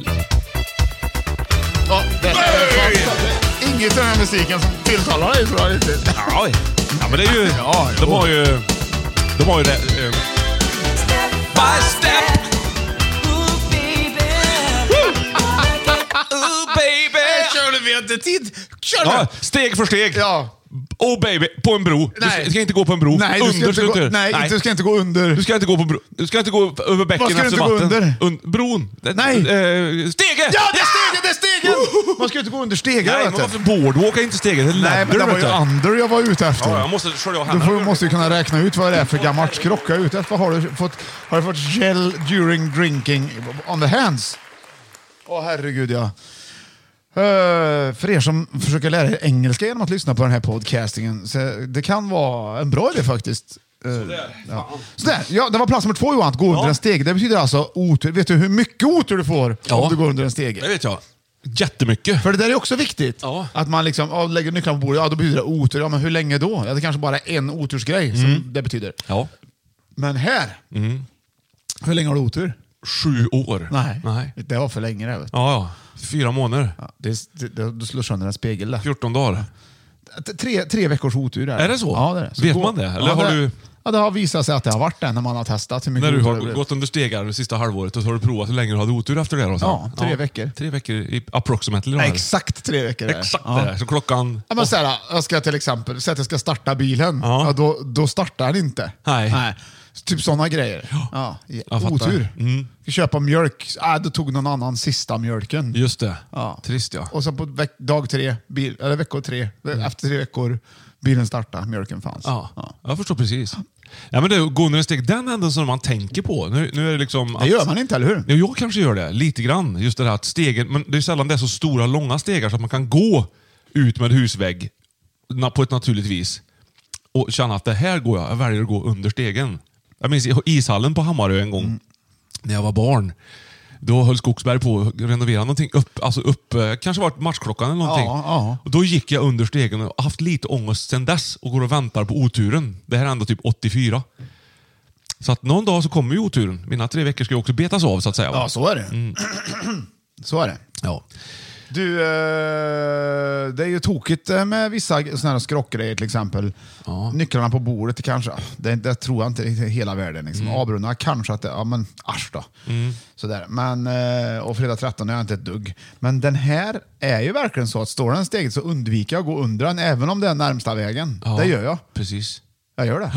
E: Ja, det är fast- Inget i den här musiken som tilltalar dig tror jag riktigt.
F: Ja, ja, men det är ju...
E: Ja,
F: De har ju... De har ju det... eh, By step! Ooh, baby!
E: Körde vi inte tid? Körde!
F: Ja, steg för steg.
E: Ja.
F: Oh baby, på en bro. Du ska,
E: Nej.
F: ska inte gå på en bro.
E: Nej, du
F: under
E: ska, inte gå,
F: du-
E: nej, du ska inte gå under.
F: Du ska inte gå på bro. Du ska inte gå över bäcken
E: Vad ska du
F: efter
E: inte gå
F: vatten.
E: under?
F: Un, bron. Det-
E: Nej.
F: Eh, stege!
E: Ja, det är steget! Det är stegen! Man ska ju inte gå under stegar,
F: Nej,
E: vet
F: men
E: du.
F: varför boardwalk är inte stegen? Det är
E: Nej, men
F: ladder,
E: det var
F: vet
E: ju
F: du.
E: under jag var ute efter.
F: Ja, jag måste skölja av
E: Du
F: händerna.
E: får, måste ju kunna räkna ut vad det är för gammal krocka jag är ute efter. Vad Har du fått, har du fått gel during drinking on the hands? Åh herregud ja. Eh, för er som försöker lära er engelska genom att lyssna på den här podcastingen, så det kan vara en bra idé faktiskt. Eh, ja. Sådär. Ja, det var plats nummer två Johan, att gå under en steg. Det betyder alltså otur. Vet du hur mycket otur du får om du går under en steg?
F: Det vet jag. Jättemycket.
E: För det där är också viktigt. Att man liksom, ja, lägger nycklarna på bordet, ja då betyder det otur. Ja, men hur länge då? Ja, det kanske bara är en otursgrej
F: Mm.
E: som det betyder.
F: Ja.
E: Men här, hur länge har du otur?
F: Sju år.
E: Nej,
F: Mm. Nej.
E: det var för länge det. Vet du.
F: Ja, ja. Fyra månader.
E: Det, det, det, du slår sönder en spegel där.
F: 14 dagar.
E: T- Tre, tre veckors otur är
F: Är det så?
E: Ja, det är
F: Vet man det? Eller
E: ja,
F: har du-
E: Ja, det har visat sig att det har varit det när man har testat hur mycket
F: När du
E: otur det
F: har
E: blev.
F: gått under stegar det sista halvåret och så har du provat hur länge du hade otur efter det. Då, sen.
E: Ja, tre veckor.
F: Tre veckor i approximately. då,
E: Nej,
F: eller?
E: exakt tre veckor. är det.
F: Exakt
E: Ja.
F: det. där. Så klockan...
E: Ja, men så här, jag ska till exempel säga att jag ska starta bilen. Ja. då, då startar den inte.
F: Nej.
E: Typ sådana grejer. Ja.
F: jag fattar.
E: Otur.
F: Mm.
E: Ska köpa mjölk. Ah, då tog någon annan sista mjölken.
F: Just det.
E: Ja.
F: Trist ja.
E: Och sen på veck, dag tre, bil, eller veckor tre, efter tre veckor, bilen startar, mjölken fanns.
F: Mm. Ja, jag förstår precis. Ja, men det går under en steg. Den änden som man tänker på. Nu, nu är det liksom
E: Det gör man inte, eller hur?
F: Jo, jag kanske gör det. Lite grann. Just det här att stegen... Men det är sällan det är så stora, långa stegar så att man kan gå ut med husvägg na- på ett naturligt vis och känna att det här går jag. Jag väljer att gå under stegen. Jag minns i ishallen på Hammarö en gång när jag var barn. Då höll Skogsberg på att renovera någonting. Upp, alltså upp, eh, kanske var matchklockan eller någonting.
E: Ja, ja.
F: Och då gick jag under stegen och har haft lite ångest sedan dess och går och väntar på oturen. Det här är ändå typ 84. Så att någon dag så kommer ju oturen. Mina tre veckor ska ju också betas av så att säga. va?
E: Ja, så är det.
F: Mm.
E: Så är det.
F: Ja.
E: Du, eh, det är ju tokigt eh, med vissa g- såna här skrockgrejer till exempel. Nycklarna på bordet det kanske, det, det tror jag inte riktigt hela världen. Liksom.
F: Mm.
E: Avbrunnar kanske att det, ja men asch då.
F: Mm.
E: Sådär. Men, eh, och fredag 13 är jag inte ett dugg. Men den här är ju verkligen så att står den steget så undviker jag att gå under den, även om det är närmsta vägen.
F: Ja,
E: Det gör jag.
F: Precis.
E: Jag gör det.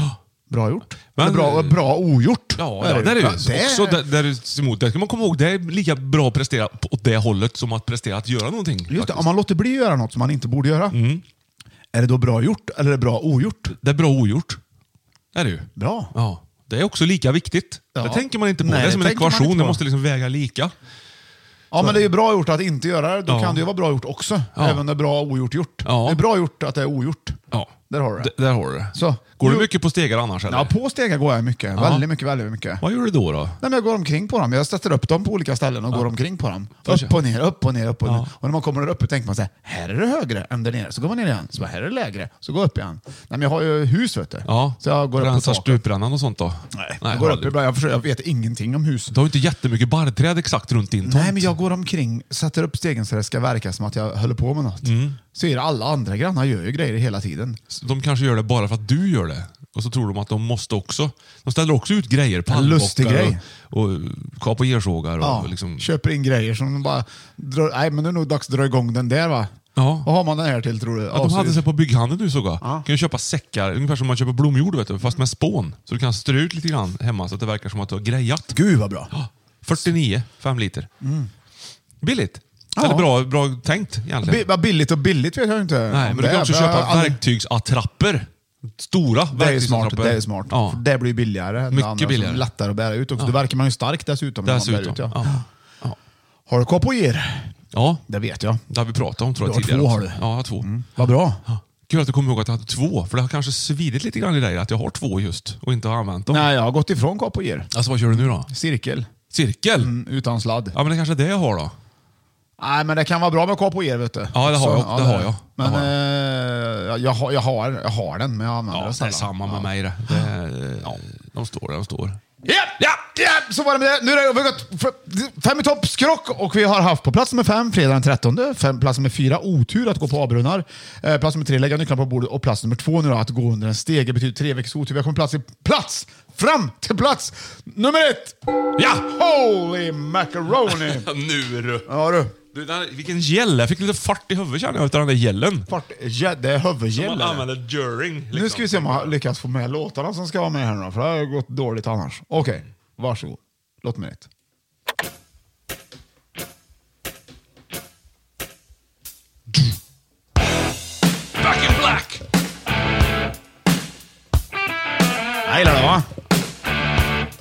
E: Bra gjort.
F: Men-
E: Eller bra, bra ogjort.
F: Ja, ja, där är det ju. Också där, där, är emot. där ska man komma ihåg, det är lika bra att prestera på- åt det hållet som att prestera att göra någonting.
E: Just det,
F: faktiskt. Mm.
E: om man låter bli att göra något som man inte borde göra, är det då bra gjort eller är det bra ogjort?
F: Det är bra ogjort. Det är det ju.
E: Bra.
F: Ja. Det är också lika viktigt.
E: Ja.
F: Det tänker man inte på.
E: Nej,
F: det är som
E: det
F: en
E: tänker man
F: ekvation,
E: inte
F: det
E: på.
F: måste liksom väga lika.
E: Ja, men det är ju bra gjort att inte göra det. Då
F: Ja.
E: kan det ju vara bra gjort också.
F: Ja.
E: Även om det är bra ogjort gjort.
F: Ja.
E: Det är bra gjort att det är ogjort.
F: Ja.
E: Där har du det.
F: D- där har du det.
E: Så.
F: Går du
E: Jo.
F: mycket på stegar annars? Eller?
E: Ja, på stegar går jag mycket.
F: Ja.
E: Väldigt mycket, väldigt mycket.
F: Vad gör du då? då?
E: Nej, men jag går omkring på dem. Jag sätter upp dem på olika ställen och går omkring på dem. Upp och ner, upp och ner, upp och ner. Och när man kommer där uppe tänker man så här, här är det högre än där nere. Så går man ner igen. Så bara, här är det lägre. Så går jag upp igen. Nej, men jag har ju hus vet du.
F: Ja.
E: Så jag går upp på
F: Rensar
E: taket.
F: stuprännan och sånt då?
E: Nej,
F: Nej,
E: jag går upp
F: aldrig.
E: ibland. Jag, försöker, jag vet ingenting om hus.
F: Du har ju inte jättemycket barrträd exakt runt din tomt.
E: Nej, men jag går omkring, sätter upp stegen så det ska verka som att jag håller på med något.
F: Mm.
E: Så är det alla andra grannar gör ju grejer hela tiden.
F: De kanske gör det bara för att du gör det. Och så tror de att de måste också. De ställer också ut grejer.
E: lustig
F: pannbockar
E: grej.
F: Och, och kap och gersågar. Och
E: Ja,
F: liksom,
E: Köper in grejer som de bara... Drar, nej, men det är nog dags att dra igång den där va?
F: Ja.
E: Vad har man den här till tror du?
F: Ja, de hade
E: så-
F: sig på bygghandeln nu såg jag. kan ju köpa säckar, ungefär som man köper blomjord, vet du, fast med spån. Så du kan strö ut lite grann hemma så att det verkar som att du har grejat.
E: Gud vad bra.
F: Ja, 49, 5 liter. Billigt.
E: Mm. Ja.
F: Eller bra, bra tänkt egentligen.
E: Bi- vad billigt och billigt vet jag inte.
F: Nej,
E: om
F: men du kan
E: är,
F: också
E: för jag
F: köpa
E: har aldrig-
F: verktygsattrapper. Stora
E: Det är ju smart.
F: verktygsattrapper.
E: Det är smart.
F: Ja.
E: För Det blir ju billigare. än det
F: Mycket
E: andra, som
F: billigare.
E: är Lättare att bära ut också.
F: Ja.
E: Då verkar man ju stark dessutom. när man bär
F: Dessutom.
E: Ut, ja.
F: Ja.
E: Har du kap och ger?
F: Ja,
E: Det vet jag.
F: det har vi pratat om tror jag
E: Du har
F: tidigare.
E: två,
F: också.
E: har du. Mm.
F: Ja, jag har två.
E: Vad bra.
F: Kul att du kommer ihåg att jag hade två, för det har kanske svidit lite grann i dig att jag har två just och inte har använt dem.
E: Nej, jag har gått ifrån kap och ger.
F: Alltså vad kör du nu då?
E: Cirkel.
F: Cirkel?
E: Mm, utan sladd.
F: Ja, men det kanske är det jag har då.
E: Nej, men det kan vara bra med kap och er, vet du.
F: Ja, det har
E: Så,
F: jag. Det har jag.
E: Men
F: Det har
E: eh, jag, har, jag, har, jag har den, men jag använder
F: Ja,
E: den
F: det är
E: sällan.
F: samma med mig det. det är, De står där de står.
E: Ja, ja, ja, så var det med det. Nu är det, vi har gått f- fem i topp, skrock, och vi har haft på plats nummer fem, fredag den 13. Fem, plats nummer fyra, otur att gå på avbrunnar. Eh, plats nummer tre, lägga nycklarna på bordet. Och plats nummer två nu då, att gå under en stege betyder tre veckors otur. Vi har kommit plats i plats, fram till plats nummer ett.
F: Ja!
E: Holy macaroni!
F: nu du!
E: ja du.
F: du den, här- vilken gäll! Jag fick lite fart i huvudet känner jag utav den där gällen.
E: Fart, ja, det är
F: Som
E: huvudgäll.
F: man
E: är det.
F: använder during. Liksom.
E: Nu ska vi se om jag lyckas få med låtarna som ska vara med här nu då, för det har ju gått dåligt annars. Okej, varsågod. Låt mig ett.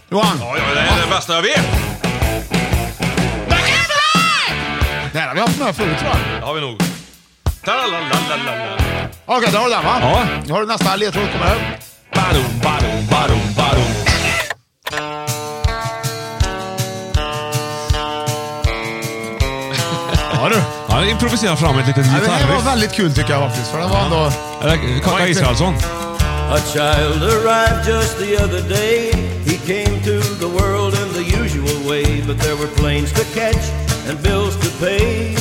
F: jag vet!
E: Det här har vi haft med förut tror jag.
F: Det har vi nog. Ta-la-la-la-la-la.
E: Okej, då har du den va?
F: Ja.
E: Nu har du nästa ledtråd. Kom här.
F: Badum, badum, badum, badum.
E: Ja du.
F: Han improviserar fram ett litet
E: Ja, det här var
F: gitarrriff.
E: väldigt kul tycker jag faktiskt. För det var ändå...
F: Eller Kaka Israelsson.
K: A child arrived just the other day. He came to the world in the usual way, but there were planes to catch and bills to pay.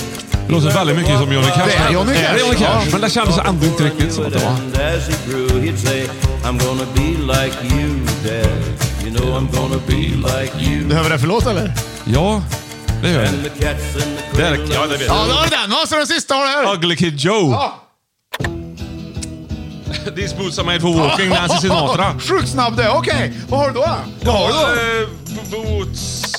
F: Det låter väldigt mycket som Johnny Cash.
K: Det är Johnny Cash.
F: Det är Johnny
K: Ja.
F: Men det kändes ändå inte riktigt som att det var.
K: And as he grew, he'd say, I'm gonna be like you, Dad. You know I'm gonna be like you.
E: Du hör vad det är för låt eller?
F: Ja, det gör jag.
K: And the cats and the
F: Det är-
K: cradle
F: ja,
K: and
F: det
K: the
F: vet
E: Ja,
F: jag.
E: då har du den. Och så den sista har du här.
F: Ugly Kid Joe.
E: Ja.
F: These boots are made for walking, Nancy Sinatra.
E: Sjukt snabb du är. Okej, vad har du då? Vad har du då?
F: Eh, Boots,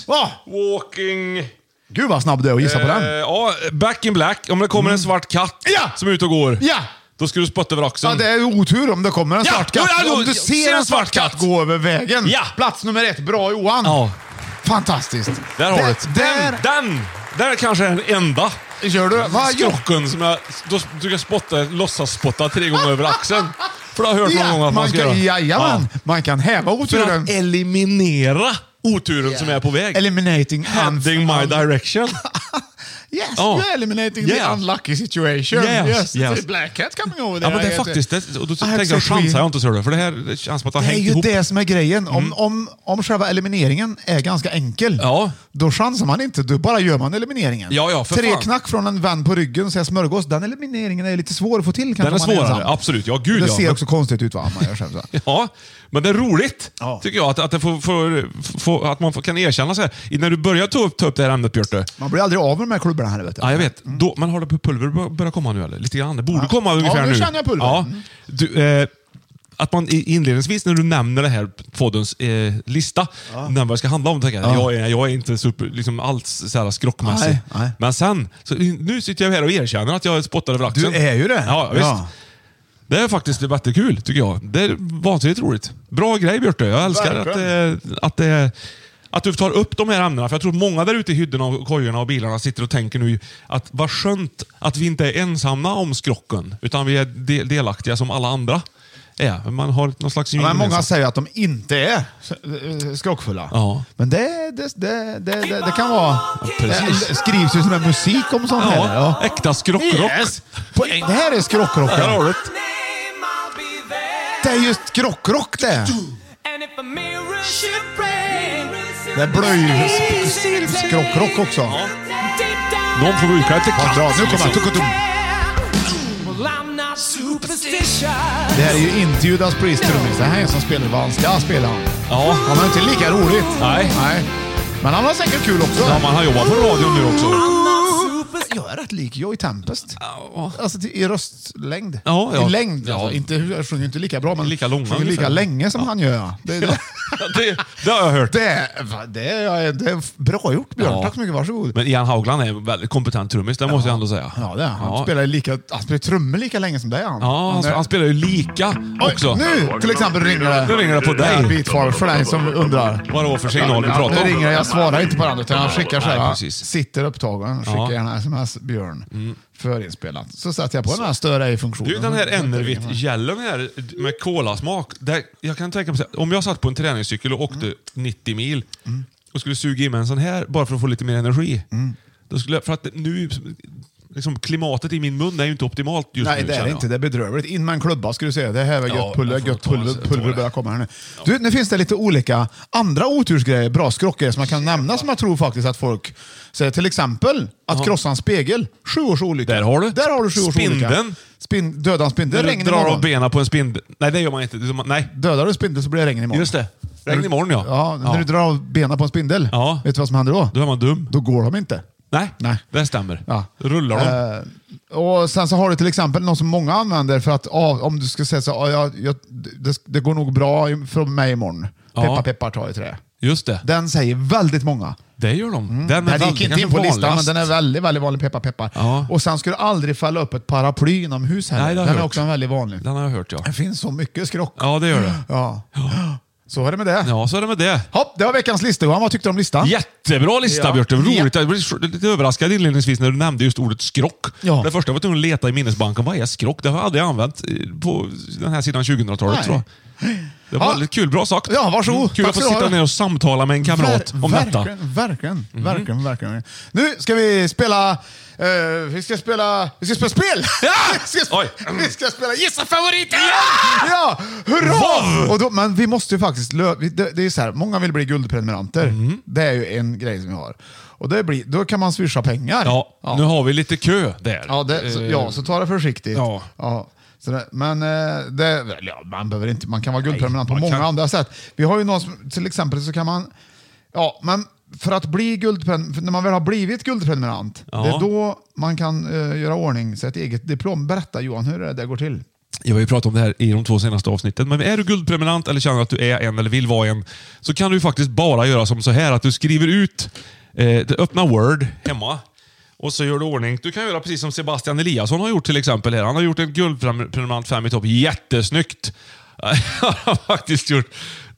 F: walking...
E: Gud vad snabb du är att gissa på
F: Eh,
E: den. Mm.
F: Ja, Back in Black. Om det kommer en svart katt som är ute och går,
E: Ja!
F: då ska du spotta över axeln.
E: Ja, det är otur om det kommer en
F: Ja,
E: svart katt.
F: ja, ja,
E: om du
F: jag
E: ser en svart katt gå över vägen.
F: Ja.
E: Plats nummer ett. Bra Johan.
F: Ja.
E: Fantastiskt.
F: Där har du
E: Där-
F: det. Den, den! Där kanske är den enda.
E: Gör du? Vad gör-
F: Skrocken som jag... Då brukar jag spotta, låtsas spotta tre gånger över axeln. För det har jag hört någon gång att man ska göra.
E: kan, jajamän, man kan häva
F: För
E: oturen.
F: att eliminera oturen som är på väg.
E: Eliminating
F: Heading my direction.
E: Yes,
F: Ja.
E: you're eliminating
F: Yeah.
E: the unlucky situation.
F: Yes,
E: Yes,
F: yes.
E: the black cat coming over
F: Ja,
E: there.
F: men det är
E: Yes.
F: faktiskt... Det, och då
E: I have
F: tänkte jag,
E: said we-
F: chansar jag inte, ser du. För det här det känns som att det har
E: Det är
F: hängt
E: ju
F: ihop. Mm.
E: det som är grejen. Om, om, om själva elimineringen är ganska enkel, då chansar man inte. Då bara gör man elimineringen.
F: Ja, ja, för
E: Tre
F: fan.
E: knack från en vän på ryggen, säger smörgås. Den elimineringen är lite svår att få till kanske.
F: Den är
E: om man
F: svårare,
E: ensam.
F: absolut. Ja, gud
E: Det
F: ja.
E: ser
F: Men-
E: också konstigt ut va? Man gör själv så här.
F: Ja, men det är roligt, tycker jag. Att, att, det får, får, får, att man får, kan erkänna sig. När du börjar ta upp, ta upp det här ämnet, Björte.
E: Man blir aldrig av med de här klubborna här. Vet du.
F: Ja, jag vet. Då, men har det pulver bör- börjat komma nu, eller? Lite grann. Det borde
E: Mm. Ja.
F: komma
E: Ja,
F: ungefär
E: nu
F: nu.
E: känner jag pulver.
F: Ja.
E: Mm.
F: Du, eh, att man i- inledningsvis, när du nämner det här poddens eh, lista, nämner vad det ska handla om, tänker jag.
E: Ja.
F: Jag, är, jag är inte super, liksom alls så här skrockmässig.
E: Nej, nej.
F: Men sen, så, nu sitter jag här och erkänner att jag spottade över axeln.
E: Du är ju det.
F: Ja, visst.
E: Ja.
F: Det är faktiskt väldigt kul, tycker jag. Det är vansinnigt roligt. Bra grej, Björte. Jag älskar att,
E: Verkligen.
F: eh, att, det- att du tar upp de här ämnena. För jag tror många där ute i hyddorna, och kojorna och bilarna sitter och tänker nu att vad skönt att vi inte är ensamma om skrocken. Utan vi är de- delaktiga som alla andra är. Man har någon slags
E: Ja, men många
F: gemensamt.
E: säger att de inte är eh, skrockfulla.
F: Ja.
E: Men det, det, det, det, det, det kan vara... Eh,
F: precis.
E: Det skrivs ju som en musik om sånt här. Ja.
F: Äkta skrockrock.
E: Yes. På- Det här är skrockrock.
F: Där har du det.
E: Det är just skrockrock det. Det är blöjskrockrock också.
F: Någon får vara utklädd till
E: Vad bra. Nu kommer
F: liksom.
E: tukutum. Det här är ju inte Judas Priest trummis. Det här är en som spelar vad han ska spela.
F: Ja.
E: Han har inte lika roligt.
F: Nej.
E: Nej. Men han har säkert kul också.
F: Ja, man har jobbat på radion nu också.
E: Jag är rätt lik Joy Tempest. Alltså till- i röstlängd.
F: Ja, ja.
E: I längd.
F: Ja.
E: Alltså. Inte, jag sjunger inte lika bra, men
F: Lika långa
E: sjunger lika
F: ungefär.
E: länge som han gör. Det, är-
F: Det, det har jag hört.
E: det, är- va, det, är- det är bra gjort Björn.
F: Ja.
E: Tack så mycket. Varsågod.
F: Men Ian Haugland är en väldigt kompetent trummis, det måste jag ändå säga.
E: Ja, det är. han. Han spelar, lika, han spelar trummor lika länge som dig. Han.
F: Ja, han,
E: är-
F: han spelar ju lika
E: Oj,
F: också.
E: Nu till exempel ringer det.
F: Nu ringer det på dig.
E: Ja, Beatfar, för dig som undrar.
F: Vad det var för signal vi
E: Ja,
F: pratade
E: nu
F: om.
E: ringer jag. Jag svarar inte på den utan jag skickar så
F: Nej,
E: här.
F: precis.
E: Sitter upptagen. Skickar
F: Ja. Mm.
E: gärna sms Björn. Förinspelat. Så sätter jag på den här stör ej-funktionen.
F: Du, den här Enervit-gällen här med kolasmak. Där, jag kan tänka mig, så här, om jag satt på en träningscykel och åkte 90 mil och skulle suga i mig en sån här bara för att få lite mer energi. Då skulle jag, för att nu, liksom, klimatet i min mun är ju inte optimalt just
E: Nej,
F: nu.
E: det är
F: känner
E: det
F: jag.
E: inte. Det är bedrövligt. In med en klubba skulle du säga. Det här var
F: Ja,
E: gött pulver.
F: jag får
E: Gött
F: ta en-
E: pulver,
F: ta
E: pulver
F: det.
E: börjar komma här nu. Du, nu finns det lite olika andra otursgrejer, bra skrockgrejer som jag kan nämna som jag tror faktiskt att folk säger. Till exempel att krossa en spegel. Sju års olycka.
F: Där har du.
E: Där har du sju års olycka.
F: Spindeln.
E: Spindeln. Döda spindel.
F: När du
E: Regn
F: drar av
E: imorgon.
F: benen på en spindel. Nej, det gör man inte. Nej,
E: Dödar du spindel så blir det regn imorgon.
F: just det.
E: När
F: Regn
E: du-
F: imorgon ja.
E: Ja, när du drar av benen på en spindel,
F: Ja.
E: vet du vad som händer då?
F: Då är man dum.
E: Då går de inte.
F: Nej,
E: Nej.
F: det stämmer.
E: Ja.
F: Rullar de.
E: Eh, och sen så har du till exempel något som många använder för att av, om du ska säga så ah, jag, jag, det, det går nog bra i- för mig imorgon.
F: Ja.
E: Peppa peppar tar i trä.
F: Just det.
E: Den säger väldigt många.
F: Det gör de. Den är
E: Den
F: väldigt-
E: mm. gick inte
F: kanske
E: in på listan, men
F: vanligast.
E: den är väldigt, väldigt vanlig. Peppa peppar.
F: Ja.
E: Och sen ska du aldrig fälla upp ett paraply inomhus heller.
F: Nej, det har
E: Den
F: jag
E: är
F: hört.
E: också en väldigt vanlig.
F: Den har jag hört ja.
E: Det finns så mycket skrock.
F: Ja, det gör det.
E: Ja. Så är det med det.
F: Ja, så är det med det.
E: Hopp, det var veckans lista. Johan, vad tyckte du om listan?
F: Jättebra lista,
E: Ja.
F: Björte. Roligt. Jag blev lite överraskad inledningsvis när du nämnde just ordet skrock.
E: Ja.
F: Det första var att jag leta i minnesbanken. Vad är skrock? Det har jag aldrig använt eh, på den här sidan 2000-talet,
E: Nej.
F: tror jag. Det var
E: Ja.
F: väldigt kul. Bra sagt.
E: Ja, varsågod.
F: Kul
E: Tack
F: att få
E: ska du ha.
F: sitta ner och samtala med en kamrat
E: Ver-
F: om detta. Mhm.
E: verkligen, Verkligen, verkligen, verkligen. Nu ska vi spela... eh, vi ska spela... Vi ska spela spel! vi, ska, sp- vi ska spela Gissa favoriten! Ja! hurra!
F: Wow!
E: Och då, men vi måste ju faktiskt... lö- vi- Det, det är så här, många vill bli guldprenumeranter.
F: Mhm.
E: Det är ju en grej som vi har. Och det blir, då kan man swisha pengar.
F: Ja, nu har vi lite kö där.
E: Ja, det, så,
F: Eh,
E: ja, så ta det försiktigt. Ja. Så det, men eh, det, väl, ja, man, behöver inte, man kan vara guldprenumerant på
F: man
E: många
F: kan-
E: andra sätt. Vi har ju någon som, till exempel så kan man, ja, men för att bli guldprenumerant, för när man väl har blivit guldprenumerant,
F: Ja.
E: det är då man kan eh, göra ordning så ett eget diplom. Berätta Johan, hur är det där går till?
F: Jag har ju pratat om det här i de två senaste avsnitten, men är du guldprenumerant eller känner att du är en eller vill vara en, så kan du ju faktiskt bara göra som så här att du skriver ut, eh, det öppna Word hemma och så gör du ordning. Du kan göra precis som Sebastian Eliasson har gjort till exempel. här. Han har gjort en guldprenumerant fem i topp. Jättesnyggt! Han har faktiskt gjort.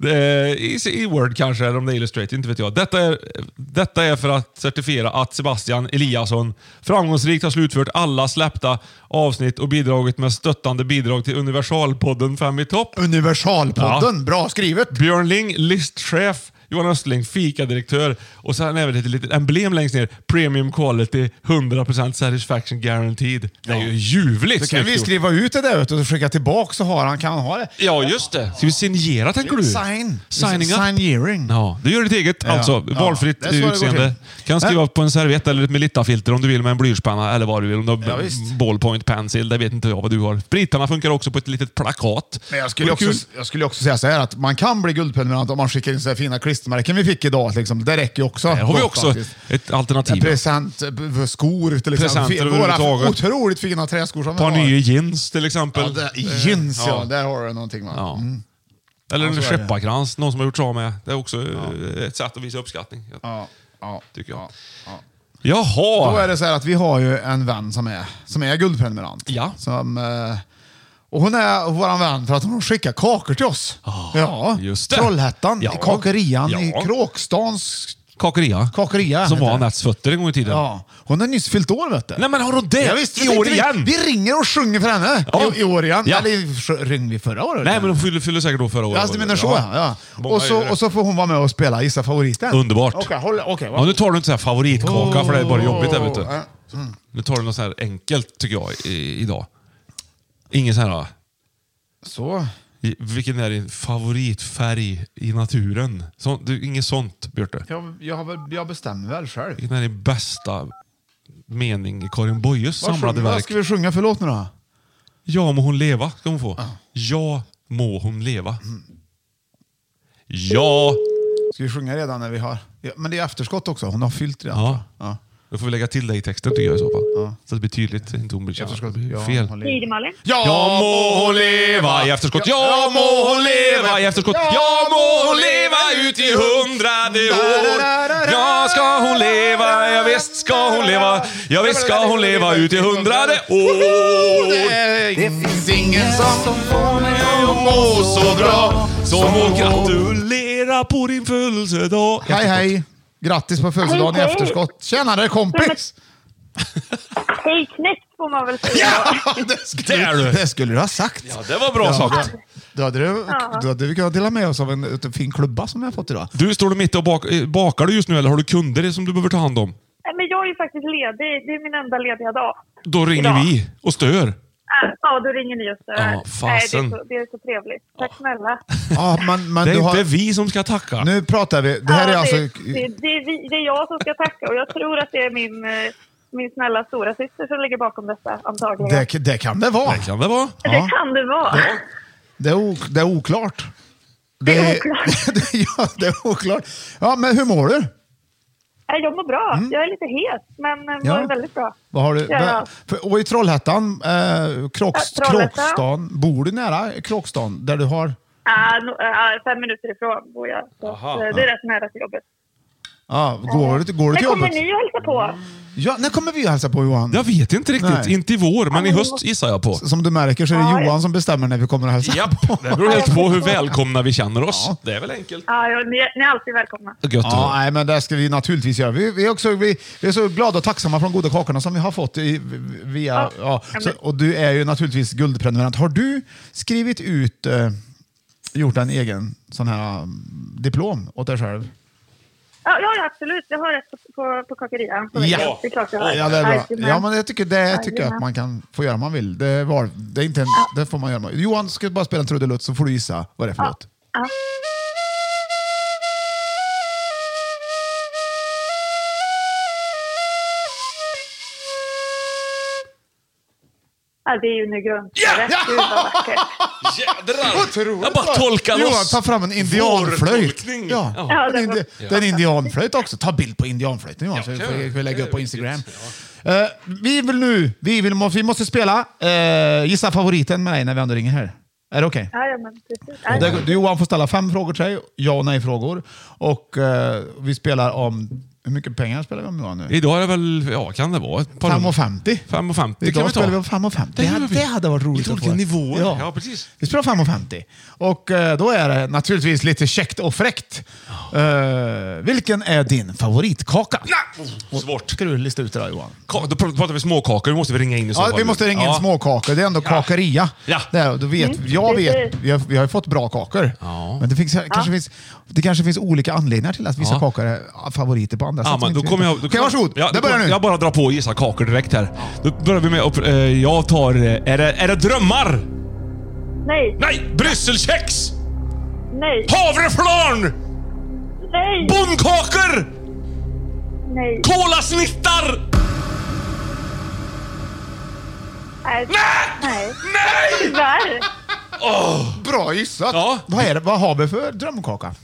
F: eh, I, I Word kanske, eller om det är Illustrator, inte vet jag. Detta är, detta är för att certifiera att Sebastian Eliasson framgångsrikt har slutfört alla släppta avsnitt och bidragit med stöttande bidrag till Universalpodden Fem i topp.
E: Universalpodden, bra skrivet!
F: Björn Ling, listchef. Johan Östling, fikadirektör. Och sen även ett litet emblem längst ner. Premium quality, 100% satisfaction guaranteed. Det är ju ljuvligt
E: Så kan vi
F: snyggt gjort.
E: skriva ut det där vet du, och skicka tillbaka så har han, kan han ha det.
F: Ja, just det. Ska vi signera, tänker du?
E: Sign.
F: Signing up.
E: Signeering.
F: Ja, du gör ditt eget
E: Ja.
F: alltså.
E: Ja.
F: Valfritt
E: Det är så det går
F: utseende.
E: till.
F: Kan skriva
E: Men-
F: på en servett eller ett Melitta-filter om du vill med en blyertspenna eller vad du vill. Om du har
E: Ja, visst.
F: ballpoint pencil, det vet inte jag vad du har. Spritarna funkar också på ett litet plakat.
E: Men jag skulle,
F: Och
E: också,
F: kul.
E: jag skulle också säga så här att man kan bli guldprenumerant om man skickar in så här fina klistermärken vi fick idag. Liksom. Det räcker ju också.
F: Där har vi också ett alternativ.
E: Present, eh, b- skor till exempel.
F: Presenter
E: Våra
F: överhuvudtaget.
E: otroligt fina träskor som
F: Ett par
E: vi har.
F: nya jeans till exempel.
E: Ja, det, jeans ja.
F: Ja.
E: Där har du någonting va?
F: Ja.
E: Mm.
F: Eller
E: Ja,
F: en
E: så är det.
F: skepparkrans, någon som har gjort sig av med. Det är också eh, ett sätt att visa uppskattning.
E: Ja, ja,
F: tycker jag.
E: ja.
F: Jaha!
E: Då är det så här att vi har ju en vän som är, som är guldprenumerant.
F: Ja.
E: Som, eh, och hon är vår vän för att hon skickar kakor till oss. ja,
F: Ah, just det.
E: Trollhättan,
F: Ja.
E: i kakerian i
F: Ja.
E: Kråkstans
F: Kakeria.
E: kakeria.
F: Som
E: heter
F: var
E: det.
F: Annettes fötter en gång i tiden.
E: Ja, hon har nyss fyllt år vet du.
F: Nej men har hon det?
E: Ja, visst,
F: I
E: jag
F: år
E: tänkte
F: igen?
E: Vi, vi ringer och sjunger för henne
F: Ja.
E: i, i år igen.
F: Ja.
E: Eller i- sj- ringde vi förra året?
F: Nej men de fyller, fyller säkert då förra året.
E: Ja, alltså, du menar så ja. ja. Och, så, och så får hon vara med och spela Gissa favoriten.
F: Underbart.
E: Okej, håll, okej.
F: Ja, nu tar du inte så här favoritkaka för det är bara jobbigt där vet du.
E: Åh, äh,
F: Nu tar du något så här enkelt tycker jag i, idag. Ingen så här... ah,
E: Så.
F: i- Vilken är din favoritfärg i naturen? Så, du, inget sånt, Björte.
E: Jag, jag, har väl- jag bestämmer väl själv.
F: Vilken är din bästa mening i Karin Boyes
E: Vad
F: samlade
E: sjunger- Vad
F: verk?
E: ska vi sjunga för låt nu då?
F: Ja må hon leva, ska hon få. Ja må hon leva. Ja.
E: Ska vi sjunga redan när vi har... Ja, men det är efterskott också. Hon har fyllt redan.
F: ja.
E: Ja.
F: Då får vi lägga till det i texten tycker jag i så fall. Så att det blir tydligt. Inte hon blir känna att det blir
E: Ja,
F: fel.
E: hon lever.
L: Hej, det är Malin.
F: Ja må hon leva i efterskott. Ja må hon leva i efterskott. Ja må hon leva ut i hundrade år. Ja ska hon leva, ja visst ska hon leva. Ja visst ska hon leva ut i hundrade år.
E: Det finns ingen som får mig
F: att må så bra som att gratulera på din födelsedag.
E: Hej, hej. Grattis på födelsedagen i
L: Hej, hej.
E: efterskott. Tjenare kompis!
L: Hej knäckt får man väl säga.
E: Det
F: Där du.
E: Det skulle du ha sagt.
F: Ja, det var bra sagt.
E: Då hade, du,
L: Ja.
E: då hade vi kunnat dela med oss av en, en fin klubba som vi har fått idag.
F: Du, står du mitt och bak, eh, bakar du just nu eller har du kunder som du behöver ta hand om?
L: Nej, Men jag är ju faktiskt ledig. Det är min enda lediga dag.
F: Då ringer
L: Idag.
F: vi och stör.
L: Ah, Ja, då ringer ni just det här.
F: Ja, fasen.
L: Nej, det, är så, det är så trevligt. Tack snälla.
E: Ja, men, men
F: det är
E: du
F: inte
E: har,
F: vi som ska tacka.
E: nu pratar vi. Det här är
L: Ja,
E: alltså...
L: det, det, det, är vi, det är jag som ska tacka och jag tror att det är min, eh, min snälla stora syster som ligger bakom detta antagligen. Det,
E: Det, det kan det vara.
F: Det kan det vara.
E: Ja,
L: kan det vara.
E: det, är ok, det är oklart.
L: Det är oklart.
E: det- ja, det är oklart. Ja, men hur mår du? Mm.
L: Nej, Jag mår bra. Jag är lite het, men eh,
E: Ja.
L: mår väldigt bra.
E: Vad har du?
L: Ja.
E: vad- för- Och i Trollhättan, eh, Kråks,
L: Ja, Trollhättan.
E: Kråkstan, bor du nära Kråkstan? Där du har...
L: Ah, no, ah, fem minuter ifrån bor jag. Så,
E: Aha.
L: att, eh, det är rätt nära till jobbet.
E: Ja, går, du- går du
L: Men
E: till
L: kommer
E: jobbet?
L: ni att hälsa på?
E: Ja, när kommer vi att hälsa på Johan?
F: Jag vet inte riktigt.
E: Nej.
F: Inte i vår, men i höst gissar jag på.
E: Som du märker så är det Johan som bestämmer när vi kommer att hälsa på.
F: Japp, det beror helt på hur välkomna vi känner oss. Det är väl enkelt.
L: Ja, ja, ni, ni är alltid välkomna.
F: Gött att
E: ja, nej, men det ska vi naturligtvis göra. Vi, vi, är också, vi, vi är så glada och tacksamma för de goda kakorna som vi har fått i, via... Ja, så, och du är ju naturligtvis guldprenumerant. Har du skrivit ut, eh, gjort en egen sån här mm, diplom åt dig själv?
L: Ja, ja, ja, absolut. Jag har rätt på, på, på kakeria. Så Det är klart jag har.
E: ja, det är bra.
L: Jajamän.
E: ja men jag tycker, det tycker jag
L: Jajamän.
E: att man kan få göra om man vill. Det, är val, det, är inte en, det får man göra. Johan, ska du bara spela en trudelutt så får du gissa vad det är för låt.
L: Ja. Ja, det är ju nu grönt. Yeah! Gud vad vackert.
F: Jädrar! Jag bara tolkar loss.
E: Johan, ta fram en indianflöjt.
F: Vår tolkning.
E: Ja.
F: Ja,
E: en
F: det
E: indi-
F: var-
E: det är en indianflöjt också. Ta bild på indianflöjten Johan, så vi får, vi får lägga upp på Instagram. Eh, vi vill nu, vi, vill, vi måste spela eh, Gissa favoriten med dig när vi ändå ringer här. Är det okej?
L: Jajamän, precis.
E: Och
L: Jajamän.
E: där- Du Johan får ställa fem frågor till dig, ja och nej-frågor. Och eh, vi spelar om... Hur mycket pengar spelar vi om Johan nu?
F: Idag är det väl, ja kan det vara? ett par-
E: 5,50.
F: 5,50 kan
E: Idag
F: vi ta.
E: spelar vi om 5,50. Det, hade- det hade varit roligt
F: Lite
E: att få.
F: olika nivåer.
E: Ja.
F: Ja, precis.
E: Vi spelar 5,50. Och eh, då är det naturligtvis lite käckt och fräckt. Eh, vilken är din favoritkaka?
F: Och- Svårt.
E: Ska du lista ut det där Johan?
F: Ka- Då pr- pratar vi småkakor, då måste vi ringa in i så
E: Ja,
F: fall.
E: vi måste ringa in
F: Ja.
E: småkakor. Det är ändå kakaria.
F: Ja.
E: Där, och då vet,
F: Mm,
E: jag vet,
F: precis.
E: vi har, vi har ju fått bra kakor. Men det, finns, kanske finns, det kanske finns olika anledningar till att vissa
F: Ja.
E: kakor är favoriter på andra
F: Ja,
E: sätt.
F: men då kommer jag... Då,
E: Okej, varsågod.
F: Ja,
E: det
F: då
E: börjar
F: kommer-
E: nu.
F: Jag bara drar på och gissar kakor direkt här. Då börjar vi med att... eh, jag tar... eh, är, det, är det drömmar?
L: Nej,
F: Nej! Brysselkex!
L: nej,
F: Havreflarn!
L: nej,
F: Bondkakor!
L: nej.
F: Kolasnittar!
L: Nej! Nej!
F: Nej!
L: Tyvärr.
E: Bra gissat! Vad, är det, vad har vi för drömkaka?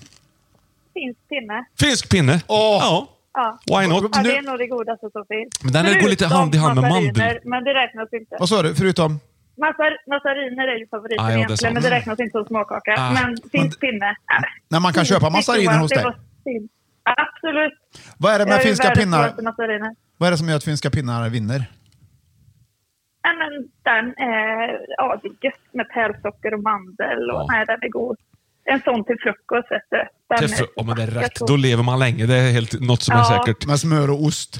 L: Finns pinne.
F: Finsk pinne. Ja.
L: Ja.
F: Why not?
L: Ja, det är nog det godaste som finns.
F: Men den här går lite
L: Förutom
F: hand i hand med mandel.
L: mazariner, Men det räknas inte.
E: Vad sa du? Förutom?
L: Massar, massariner är ju favoriten
E: Ah, ja, det är sant.
L: egentligen, men det räknas inte som småkaka.
E: Ah.
L: Men finns pinne. Äh,
E: När man kan köpa massariner hos
L: det
E: dig?
L: var synd. Absolut.
E: Vad är det med
L: Jag ju
E: finska
L: världens
E: pinnar?
L: godaste massariner.
E: Vad är det som gör att finska pinnar vinner?
L: Nej, men den är, ja, det är gött med pärlsocker och mandel. Och,
F: Ja.
L: Nej, den är god. En sån till frukost, vet du. Den
F: Till fru-
L: är-
F: Ja, men det är rätt.
L: Jag
F: Då lever man länge. Det är helt, något som är
L: Ja.
F: säkert.
E: Med smör och ost.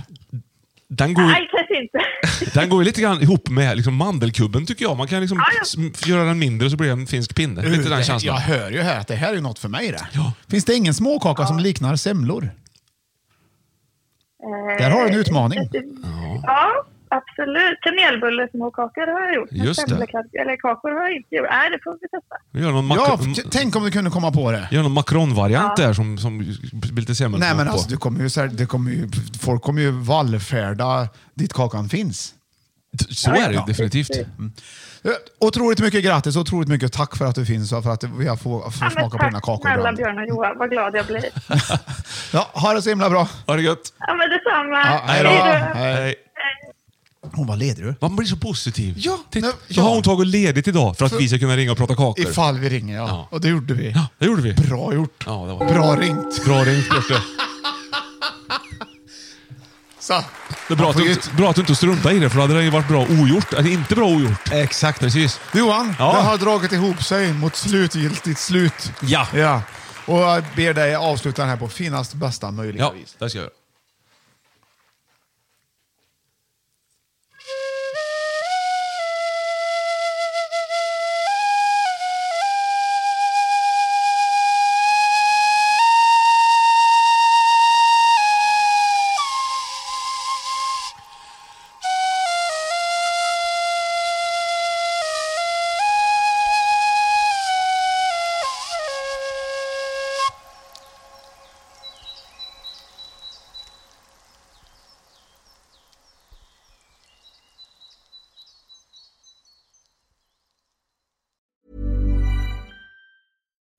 F: Den
E: Mm.
F: går,
L: Nej, kanske inte.
F: den går ju lite grann ihop med liksom mandelkubben tycker jag. Man kan liksom
L: Ja, ja.
F: sm- göra den mindre och så blir det en finsk pinne.
E: Uh,
F: Lite
E: det här-
F: den känslan.
E: Jag hör ju här att det här är ju något för mig. Det. Finns det ingen småkaka som liknar semlor? Där har du en utmaning.
L: Eh, Ja, absolut. Kanelbulle, små kakor har jag gjort. Men
F: Just det.
L: semmelkak- Eller kakor har jag inte gjort. Nej, det får vi testa.
F: Vi Gör någon,
E: Ja,
F: makro-
E: t- tänk om du kunde komma på det.
F: gör någon makronvariant
E: Ja.
F: där som, som blir lite semmelsmak
E: Nej, men
F: på.
E: alltså, du kommer ju, så här- det kommer ju, folk kommer ju vallfärda dit kakan finns.
F: Så är det ju definitivt.
E: Mm. Eh, Otroligt mycket grattis och otroligt mycket tack för att du finns och för att vi har fått
L: Ja,
E: får
L: men
E: smaka på dina kakor.
L: snälla
E: ibland.
L: Björn och Johan. Vad glad jag blir.
E: Ja, ha det så himla bra.
F: Ha det gött.
L: Ja, men detsamma.
E: Ja, hej då.
F: Hej.
E: Hon var ledig du.
F: Man blir så positiv. Ja,
E: nu-
F: Titta,
E: ja.
F: Då har hon tagit ledigt idag för att
E: För-
F: vi ska kunna ringa och prata kakor.
E: Ifall vi ringer, ja. Och det gjorde vi.
F: Ja, det gjorde vi.
E: Bra gjort.
F: Ja, det var...
E: Bra ringt.
F: Bra ringt, Björte.
E: Så.
F: Det är bra att, du, inte- bra att du inte struntade i det, för då hade det ju varit bra ogjort. Eller inte bra ogjort.
E: Exakt.
F: Precis.
E: Johan,
F: Ja.
E: det har dragit ihop sig mot slutgiltigt slut.
F: Ja.
E: ja. Och jag ber dig avsluta den här på finast bästa möjliga
F: Ja,
E: vis.
F: det ska jag göra.